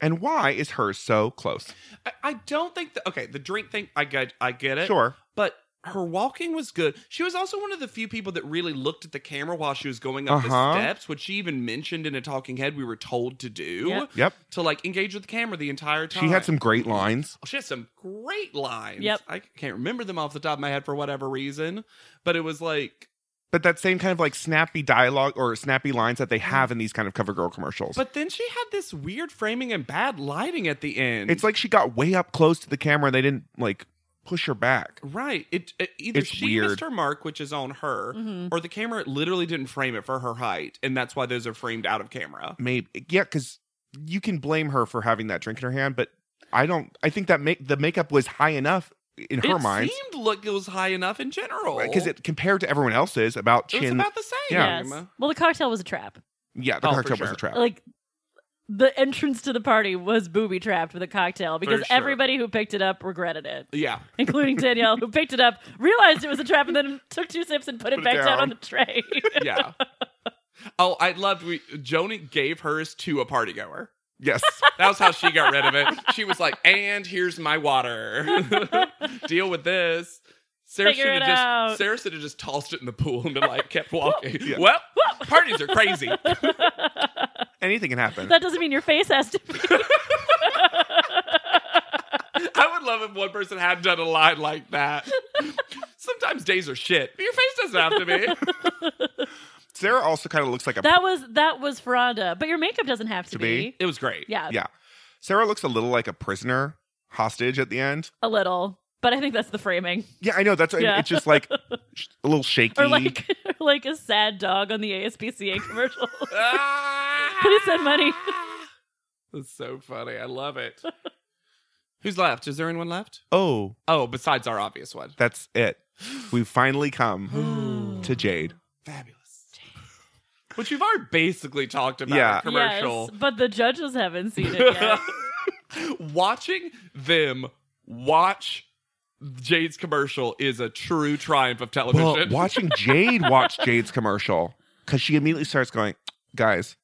C: And why is hers so close?
D: I, I don't think that okay, the drink thing, I get I get it.
C: Sure.
D: But her walking was good. She was also one of the few people that really looked at the camera while she was going up
C: Uh-huh.
D: the steps, which she even mentioned in a talking head we were told to do.
B: Yep.
C: Yep.
D: To like engage with the camera the entire time.
C: She had some great lines.
D: Oh, she had some great lines.
B: Yep.
D: I can't remember them off the top of my head for whatever reason, but it was like,
C: But that same kind of like snappy dialogue or snappy lines that they have in these kind of cover girl commercials.
D: Mm-hmm. but then she had this weird framing and bad lighting at the end.
C: it's like she got way up close to the camera and they didn't like push her back.
D: right. It, it- either
C: It's
D: she
C: weird.
D: missed her mark, which is on her,
B: Mhm.
D: or the camera literally didn't frame it for her height, and that's why those are framed out of camera.
C: Maybe yeah, because you can blame her for having that drink in her hand, but I don't I think that make the makeup was high enough in her
D: it
C: mind.
D: seemed like it was high enough in general
C: Because it compared to everyone else's about
D: it was
C: chin
D: about the same.
C: Yeah.
B: Yes. Well, the cocktail was a trap.
C: Yeah, the
D: Oh, for
C: cocktail was
D: sure.
C: a trap.
B: Like the entrance to the party was booby trapped with a cocktail because
D: sure.
B: everybody who picked it up regretted it,
D: Yeah.
B: including Danielle, who picked it up, realized it was a trap, and then took two sips and put
C: Put
B: it
C: it
B: back down
C: down.
B: on the tray.
D: Yeah. oh, I loved we Joni gave hers to a party goer.
C: yes.
D: That was how she got rid of it. She was like, "And here's my water. Deal with this." Sarah
B: Figure
D: should have
B: it
D: just
B: out.
D: Sarah should have just tossed it in the pool and been like kept walking.
C: Yeah.
D: Well, parties are crazy.
C: Anything can happen.
B: that doesn't mean your face has to be.
D: I would love if one person had done a line like that. Sometimes days are shit. Your face doesn't have to be.
C: Sarah also kind of looks like a
B: That was that was Ferranda, but your makeup doesn't have to,
C: To be?
D: It was great.
B: Yeah,
C: Yeah. Sarah looks a little like a prisoner hostage at the end.
B: a little. But I think that's the framing,
C: Yeah, I know. That's
B: Yeah.
C: it's just like sh- a little shaky.
B: or like like a sad dog on the ASPCA commercial.
D: Ah!
B: Please send money.
D: That's so funny. I love it. Who's left? Is there anyone left?
C: oh,
D: Oh, besides our obvious one.
C: that's it. We've finally come to Jade.
D: Fabulous. Which we've already basically talked about
C: Yeah.
D: in the commercial.
B: Yes, but the judges haven't seen it yet.
D: Watching them watch Jade's commercial is a true triumph of
C: Well,
D: television.
C: watching Jade watch Jade's commercial because she immediately starts going, "Guys,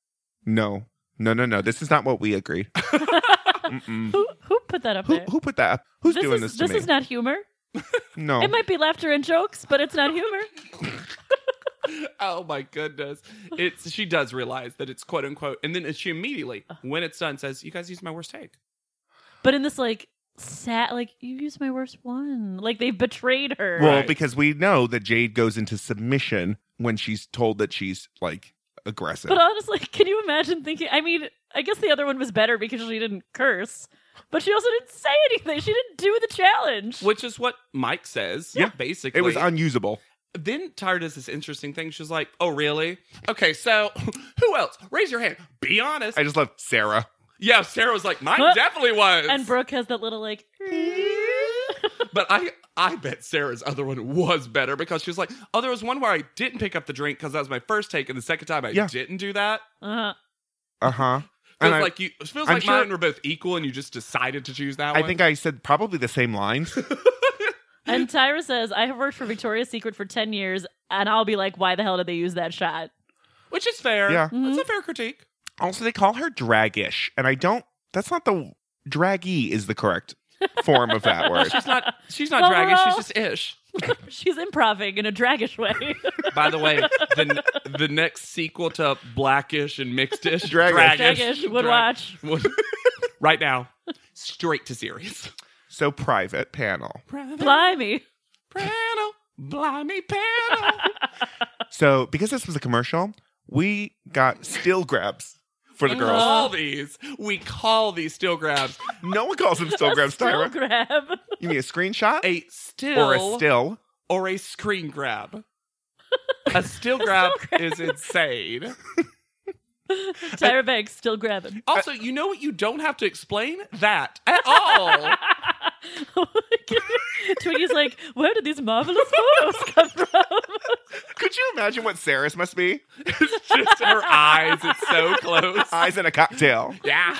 C: no, no, no, no. This is not what we agreed. Mm-mm.
B: who who put that up
C: Who
B: there?
C: who put that up? Who's
B: this
C: doing
B: is
C: this to
B: this
C: me? Oh.
B: is not humor.
C: no,
B: It might be laughter and jokes, but it's not humor.
D: oh my goodness. It's she does realize that it's quote unquote and then she immediately, when it's done, says, You guys used my worst take.
B: But in this like sad, like you used my worst one. Like they betrayed her.
C: Well,
D: Right.
C: because we know that Jade goes into submission when she's told that she's like aggressive.
B: But uh, honestly, can you imagine thinking? I mean, I guess the other one was better because she didn't curse, but she also didn't say anything. She didn't do the challenge.
D: Which is what Mike says.
C: Yeah.
D: Basically.
C: it was unusable.
D: then Tyra does this interesting thing. She's like, "Oh, really? Okay, so who else? Raise your hand. Be honest."
C: I just love Sarah.
D: yeah, Sarah was like, "Mine
B: Huh?
D: definitely was."
B: and Brooke has that little like.
D: but I, I bet Sarah's other one was better because she was like, "Oh, there was one where I didn't pick up the drink because that was my first take, and the second time I
C: Yeah.
D: didn't do that."
B: Uh,
C: Uh huh.
D: Uh-huh. Feels
C: And I,
D: like you. It feels
C: I'm
D: like
C: sure-
D: mine were both equal, and you just decided to choose that
C: I
D: one.
C: think I said probably the same lines.
B: and Tyra says, "I have worked for Victoria's Secret for ten years, and I'll be like, why the hell did they use that shot?"
D: which is fair.
C: Yeah.
D: it's
B: Mhm.
D: a fair critique.
C: also, they call her dragish, and I don't. That's not the draggy is the correct form of that word.
D: She's not. She's not
B: Well,
D: dragging.
B: well.
D: She's just ish.
B: She's improving in a draggish way.
D: By the way, the the next sequel to Blackish and Mixedish,
C: Dragish.
B: draggish would
D: Drag-
B: watch.
D: would- right now, straight to series.
C: So private panel.
B: Blimey.
D: panel, blimey panel.
C: So because this was a commercial, we got still grabs for the
D: We
C: girls.
D: call these. We call these still grabs
C: No one calls them still grabs,
B: Still
C: Tyra.
B: grab.
C: You mean a screenshot
D: a still
C: or a still?
D: or a screen grab. A still grab is insane.
B: Tyra Banks still grabbing.
D: Also, you know what? You don't have to explain that at all.
B: Twiggy's like, where did these marvelous photos come from?
C: Could you imagine what Sarah's must be?
D: It's just her eyes. It's so close.
C: Eyes in a cocktail.
D: Yeah.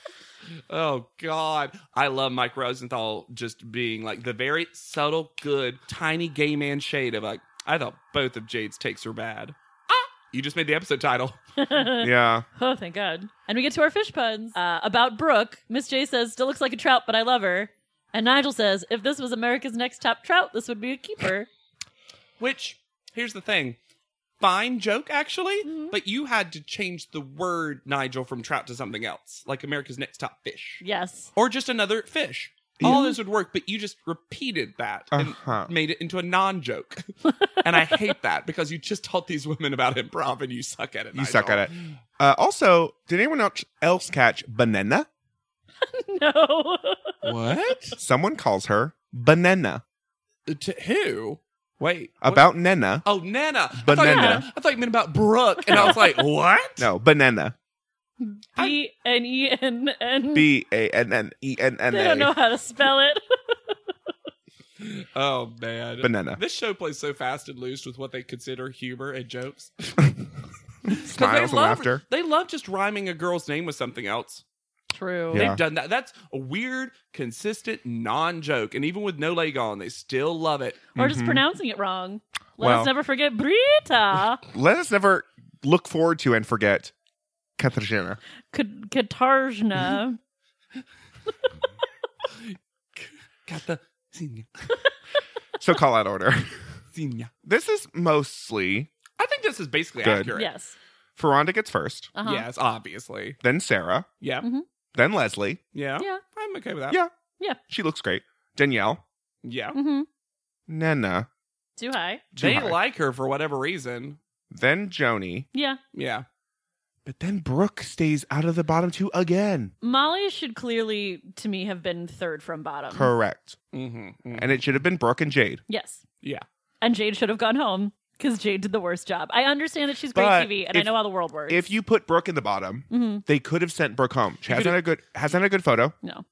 D: oh God, I love Mike Rosenthal just being like the very subtle, good, tiny gay man shade of like. I thought both of Jade's takes were bad. Ah, you just made the episode title.
C: Yeah.
B: Oh, thank God. And we get to our fish puns uh, about Brooke. Miss J says, still looks like a trout, but I love her. And Nigel says, if this was America's next top trout, this would be a keeper.
D: Which here's the thing. Fine joke, actually, but you had to change the word Nigel from trout to something else, like America's Next Top Fish,
B: yes.
D: or just another fish. All those would work, but you just repeated that and
C: Uh-huh.
D: made it into a non joke. and I hate that because you just taught these women about improv and you suck at it.
C: You suck at it. Uh, also, did anyone else- else catch banana?
B: No.
D: it. What?
C: Someone calls her banana.
D: to who? Wait. what?
C: About Nena.
D: Oh, Nana. I thought, you
C: Banana.
D: meant, I thought you meant about Brooke. And I was like, what?
C: No, banana.
D: I-
B: B N E N N.
C: B A N N E N N
B: They don't know
C: A.
B: how to spell it.
D: Oh, man.
C: Banana.
D: This show plays so fast and loose with what they consider humor and jokes. 'Cause
C: Smiles
D: they
C: and
D: love,
C: laughter.
D: They love just rhyming a girl's name with something else.
B: True.
C: Yeah.
D: They've done that. That's a weird, consistent non joke. And even with no leg on, they still love it.
B: Or just
C: Mhm.
B: pronouncing it wrong. Let
C: Well.
B: us never forget Brita.
C: Let us never look forward to and forget Katarzyna.
B: Kat- Katarzyna.
D: Got the senior,
C: So call out order.
D: senior.
C: This is mostly
D: I think this is basically
C: Good.
D: accurate.
B: yes.
C: Ferranda gets first,
B: Uh-huh.
D: Yes, obviously.
C: then Sarah,
D: Yeah.
C: then Leslie.
D: Yeah.
B: Yeah.
D: I'm okay with that.
C: Yeah.
B: Yeah.
C: She looks great. Danielle,
D: Yeah.
B: Mm-hmm.
C: Nena,
B: Too high.
C: Too
D: They
C: high.
D: like her for whatever reason.
C: then Joni.
B: Yeah.
D: Yeah.
C: But then Brooke stays out of the bottom two again.
B: Molly should clearly, to me, have been third from bottom.
C: Correct.
D: Mm-hmm.
C: And it should have been Brooke and Jade.
B: Yes.
D: Yeah.
B: And Jade should have gone home because Jade did the worst job. I understand that she's great
C: But
B: TV and I
C: if-
B: know how the world works.
C: If you put Brooke in the bottom,
B: Mhm.
C: they could have sent Brooke home. She
D: You
C: hasn't had a good hasn't had a good photo.
B: no,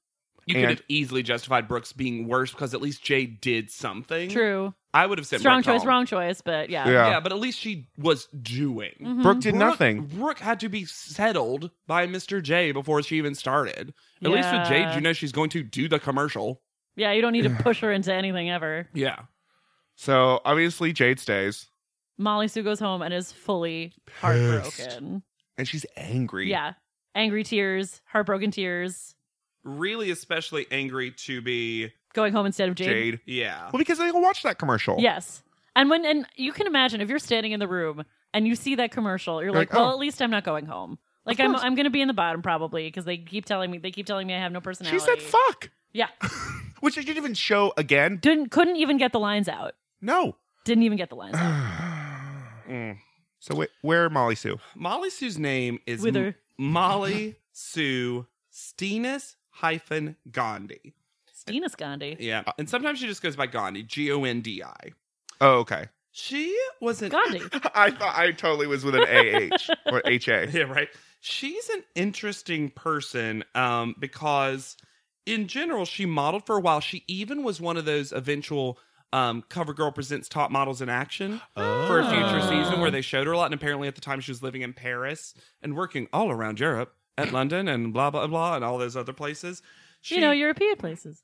D: You could
C: And-
D: have easily justified Brooks being worse because at least Jay did something.
B: true,
D: I would have said
B: strong
D: Brooke
B: choice,
D: Hall.
B: wrong choice, but yeah,
C: Yeah.
D: Yeah. but at least she was doing.
B: Mhm.
C: Brooke did
D: Brooke-
C: nothing.
D: Brooke had to be settled by Mr. J before she even started. At least with
B: Yeah.
D: Jade, you know she's going to do the commercial.
B: yeah. You don't need to push her into anything ever.
D: Yeah.
C: So obviously Jade stays
B: Molly Sue goes home and is fully heartbroken.
C: and she's angry.
B: Yeah, angry tears, heartbroken tears,
D: Really, especially angry to be.
B: going home instead of Jade.
C: Jade.
D: Yeah.
C: Well, because they all watched that commercial.
B: Yes, and when and you can imagine if you're standing in the room and you see that commercial, you're
C: You're
B: like,
C: like,
B: well,
C: oh.
B: at least I'm not going home. Like
C: Of
B: I'm,
C: course.
B: I'm gonna be in the bottom probably because they keep telling me they keep telling me I have no
C: She
B: personality.
C: said fuck.
B: Yeah.
C: Which they didn't even show again.
B: Didn't couldn't even get the lines out.
C: No.
B: Didn't even get the lines. out.
D: Mm.
C: so wait, where where Molly Sue?
D: Molly Sue's name is
B: Wither.
D: M- Molly Sue Steenis hyphen Gandhi.
B: Steenus Gandhi.
D: Yeah. And sometimes she just goes by Gandhi, G O N D I.
C: Oh, okay.
D: She was an
B: Gandhi.
C: I thought I totally was with an A H or H A.
D: Yeah, right. She's an interesting person um, because, in general, she modeled for a while. She even was one of those eventual um, cover girl presents top models in action for a future
B: Oh.
D: season where they showed her a lot. And apparently, at the time, she was living in Paris and working all around Europe, at London, and blah blah blah, and all those other places. She,
B: you know, European places.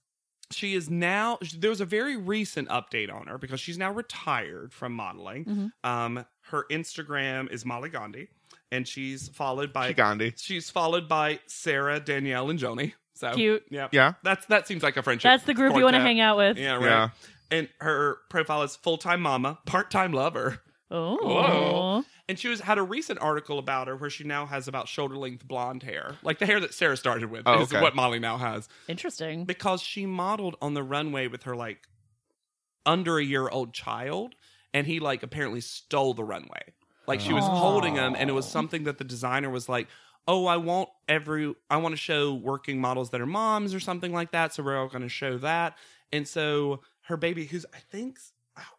D: she is now there was a very recent update on her because she's now retired from modeling
B: Mhm.
D: um her instagram is molly gandhi and she's followed by
C: She Gandhi.
D: she's followed by sarah danielle and joni so
B: Cute.
D: yeah
C: Yeah.
D: that's that seems like a friendship
B: That's the group you want to hang out with.
D: yeah right
C: Yeah.
D: and her profile is full-time mama part-time lover
B: Oh.
D: Whoa. and she was had a recent article about her where she now has about shoulder length blonde hair like the hair that sarah started with
C: Oh,
D: is
C: okay.
D: what molly now has
B: Interesting.
D: because she modeled on the runway with her like under a year old child and he like apparently stole the runway like she was
B: Oh.
D: holding him and it was something that the designer was like oh i want every i want to show working models that are moms or something like that so we're all going to show that and so her baby who's i think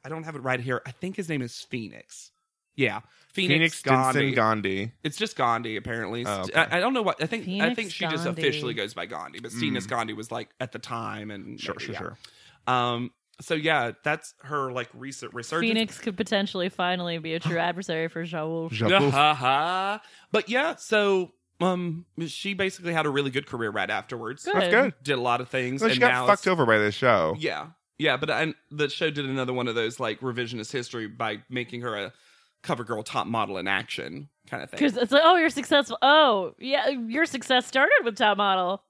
D: i don't have it right here i think his name is phoenix Yeah. Phoenix,
C: Phoenix,
D: Gandhi.
C: Vincent Gandhi.
D: It's just Gandhi, apparently.
C: Oh, okay.
D: I, I don't know what I think. I
B: Phoenix
D: think she just
B: Gandhi.
D: officially goes by Gandhi, but Phoenix
C: Mm.
D: Gandhi was like at the time and
C: Sure, sure,
D: yeah.
C: sure.
D: Um. So yeah, that's her like recent resurgence.
B: Phoenix could potentially finally be a true adversary for Shaul.
C: Japouf.
D: Uh-huh. but yeah, so um, she basically had a really good career right afterwards.
B: Good.
C: That's good.
D: Did a lot of things.
C: Well,
D: and
C: she
D: now
C: got
D: it's-
C: fucked over by this show.
D: Yeah, yeah, but and the show did another one of those like revisionist history by making her a cover girl top model in action kind of thing.
B: Because it's like, oh, you're successful. Oh, yeah, your success started with top model.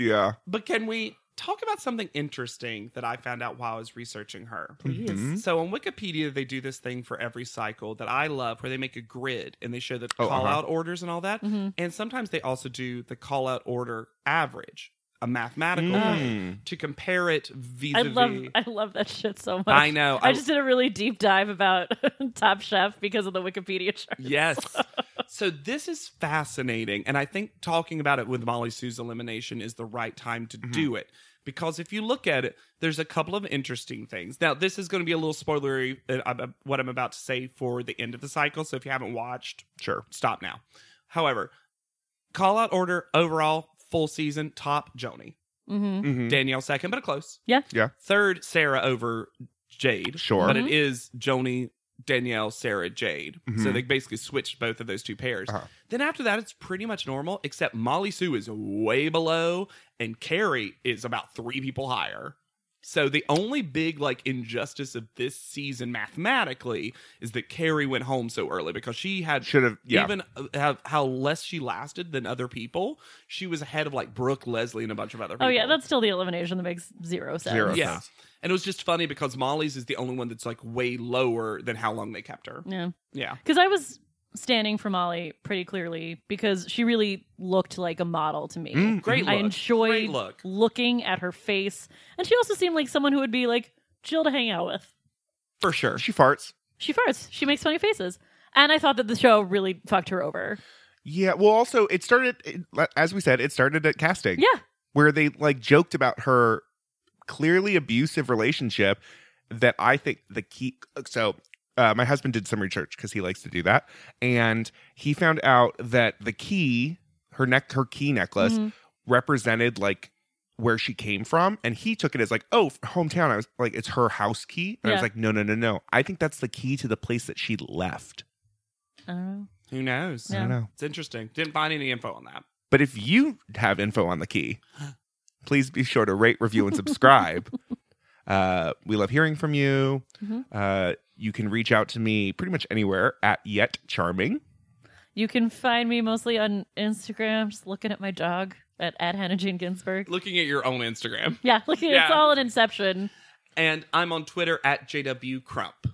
C: Yeah.
D: But can we talk about something interesting that I found out while I was researching her?
B: Please.
C: Mhm.
D: So on Wikipedia, they do this thing for every cycle that I love where they make a grid and they show the
C: Oh, uh-huh.
D: call out orders and all that.
B: hmm
D: And sometimes they also do the call out order average, a mathematical thing
C: Mm.
D: to compare it vis
B: I
D: a
B: love,
D: vis.
B: I love that shit so much.
D: I know.
B: I just did a really deep dive about Top Chef because of the Wikipedia chart.
D: Yes. so this is fascinating. And I think talking about it with Molly Sue's elimination is the right time to
B: Mm-hmm.
C: Mhm.
D: do it. Because if you look at it, there's a couple of interesting things. Now, this is going to be a little spoilery, uh, uh, what I'm about to say for the end of the cycle. So if you haven't watched,
C: Sure.
D: stop now. However, call out order overall, full season, top Joni.
B: Mm-hmm.
C: Mhm.
D: Danielle second, but a close.
B: Yeah.
C: Yeah.
D: Third, Sarah over Jade.
C: Sure.
D: But it is Joni, Danielle, Sarah, Jade. So
C: Mhm.
D: they basically switched both of those two pairs.
C: Uh-huh.
D: Then after that, it's pretty much normal, except Molly Sue is way below, and Carrie is about three people higher. So the only big like injustice of this season mathematically is that Carrie went home so early because she had
C: Should have. Yeah.
D: even uh, have how less she lasted than other people. She was ahead of like Brooke, Leslie, and a bunch of other people.
B: Oh yeah, that's still the elimination that makes zero sense.
C: Zero.
D: yeah.
C: sense.
D: And it was just funny because Molly's is the only one that's like way lower than how long they kept her.
B: Yeah,
D: Yeah.
B: because I was standing for Molly pretty clearly because she really looked like a model to me.
C: Mm,
D: Great
B: I
D: look. Great
B: enjoyed
D: look.
B: looking at her face, and she also seemed like someone who would be like chill to hang out with.
D: For sure.
C: She farts.
B: She farts. She makes funny faces. And I thought that the show really fucked her over.
C: Yeah. Well, also, it started, it- as we said, it started at casting.
B: Yeah.
C: Where they like joked about her clearly abusive relationship that I think the key. So, uh, my husband did some research because he likes to do that. And he found out that the key, her neck, her key necklace
B: Mhm.
C: represented like where she came from. And he took it as like, oh, hometown. I was like, it's her house key. And I was
B: Yeah.
C: like, no, no, no, no. I think that's the key to the place that she left.
B: I don't know.
D: Who knows?
C: I
B: Yeah.
C: don't know.
D: It's interesting. Didn't find any info on that.
C: But if you have info on the key, please be sure to rate, review, and subscribe. uh, we love hearing from you.
B: Mhm.
C: Uh, you can reach out to me pretty much anywhere at Yet Charming.
B: You can find me mostly on Instagram, just looking at my dog at, at Hannah Jean Ginsburg.
D: Looking at your own Instagram.
B: Yeah, looking at it's
D: Yeah.
B: all an inception.
D: And I'm on Twitter at JW Crump.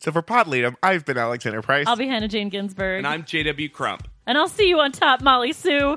C: So for Podleadum, I've been Alexander Price.
B: I'll be Hannah Jane Ginsburg.
D: And I'm JW Crump.
B: and I'll see you on top, Molly Sue.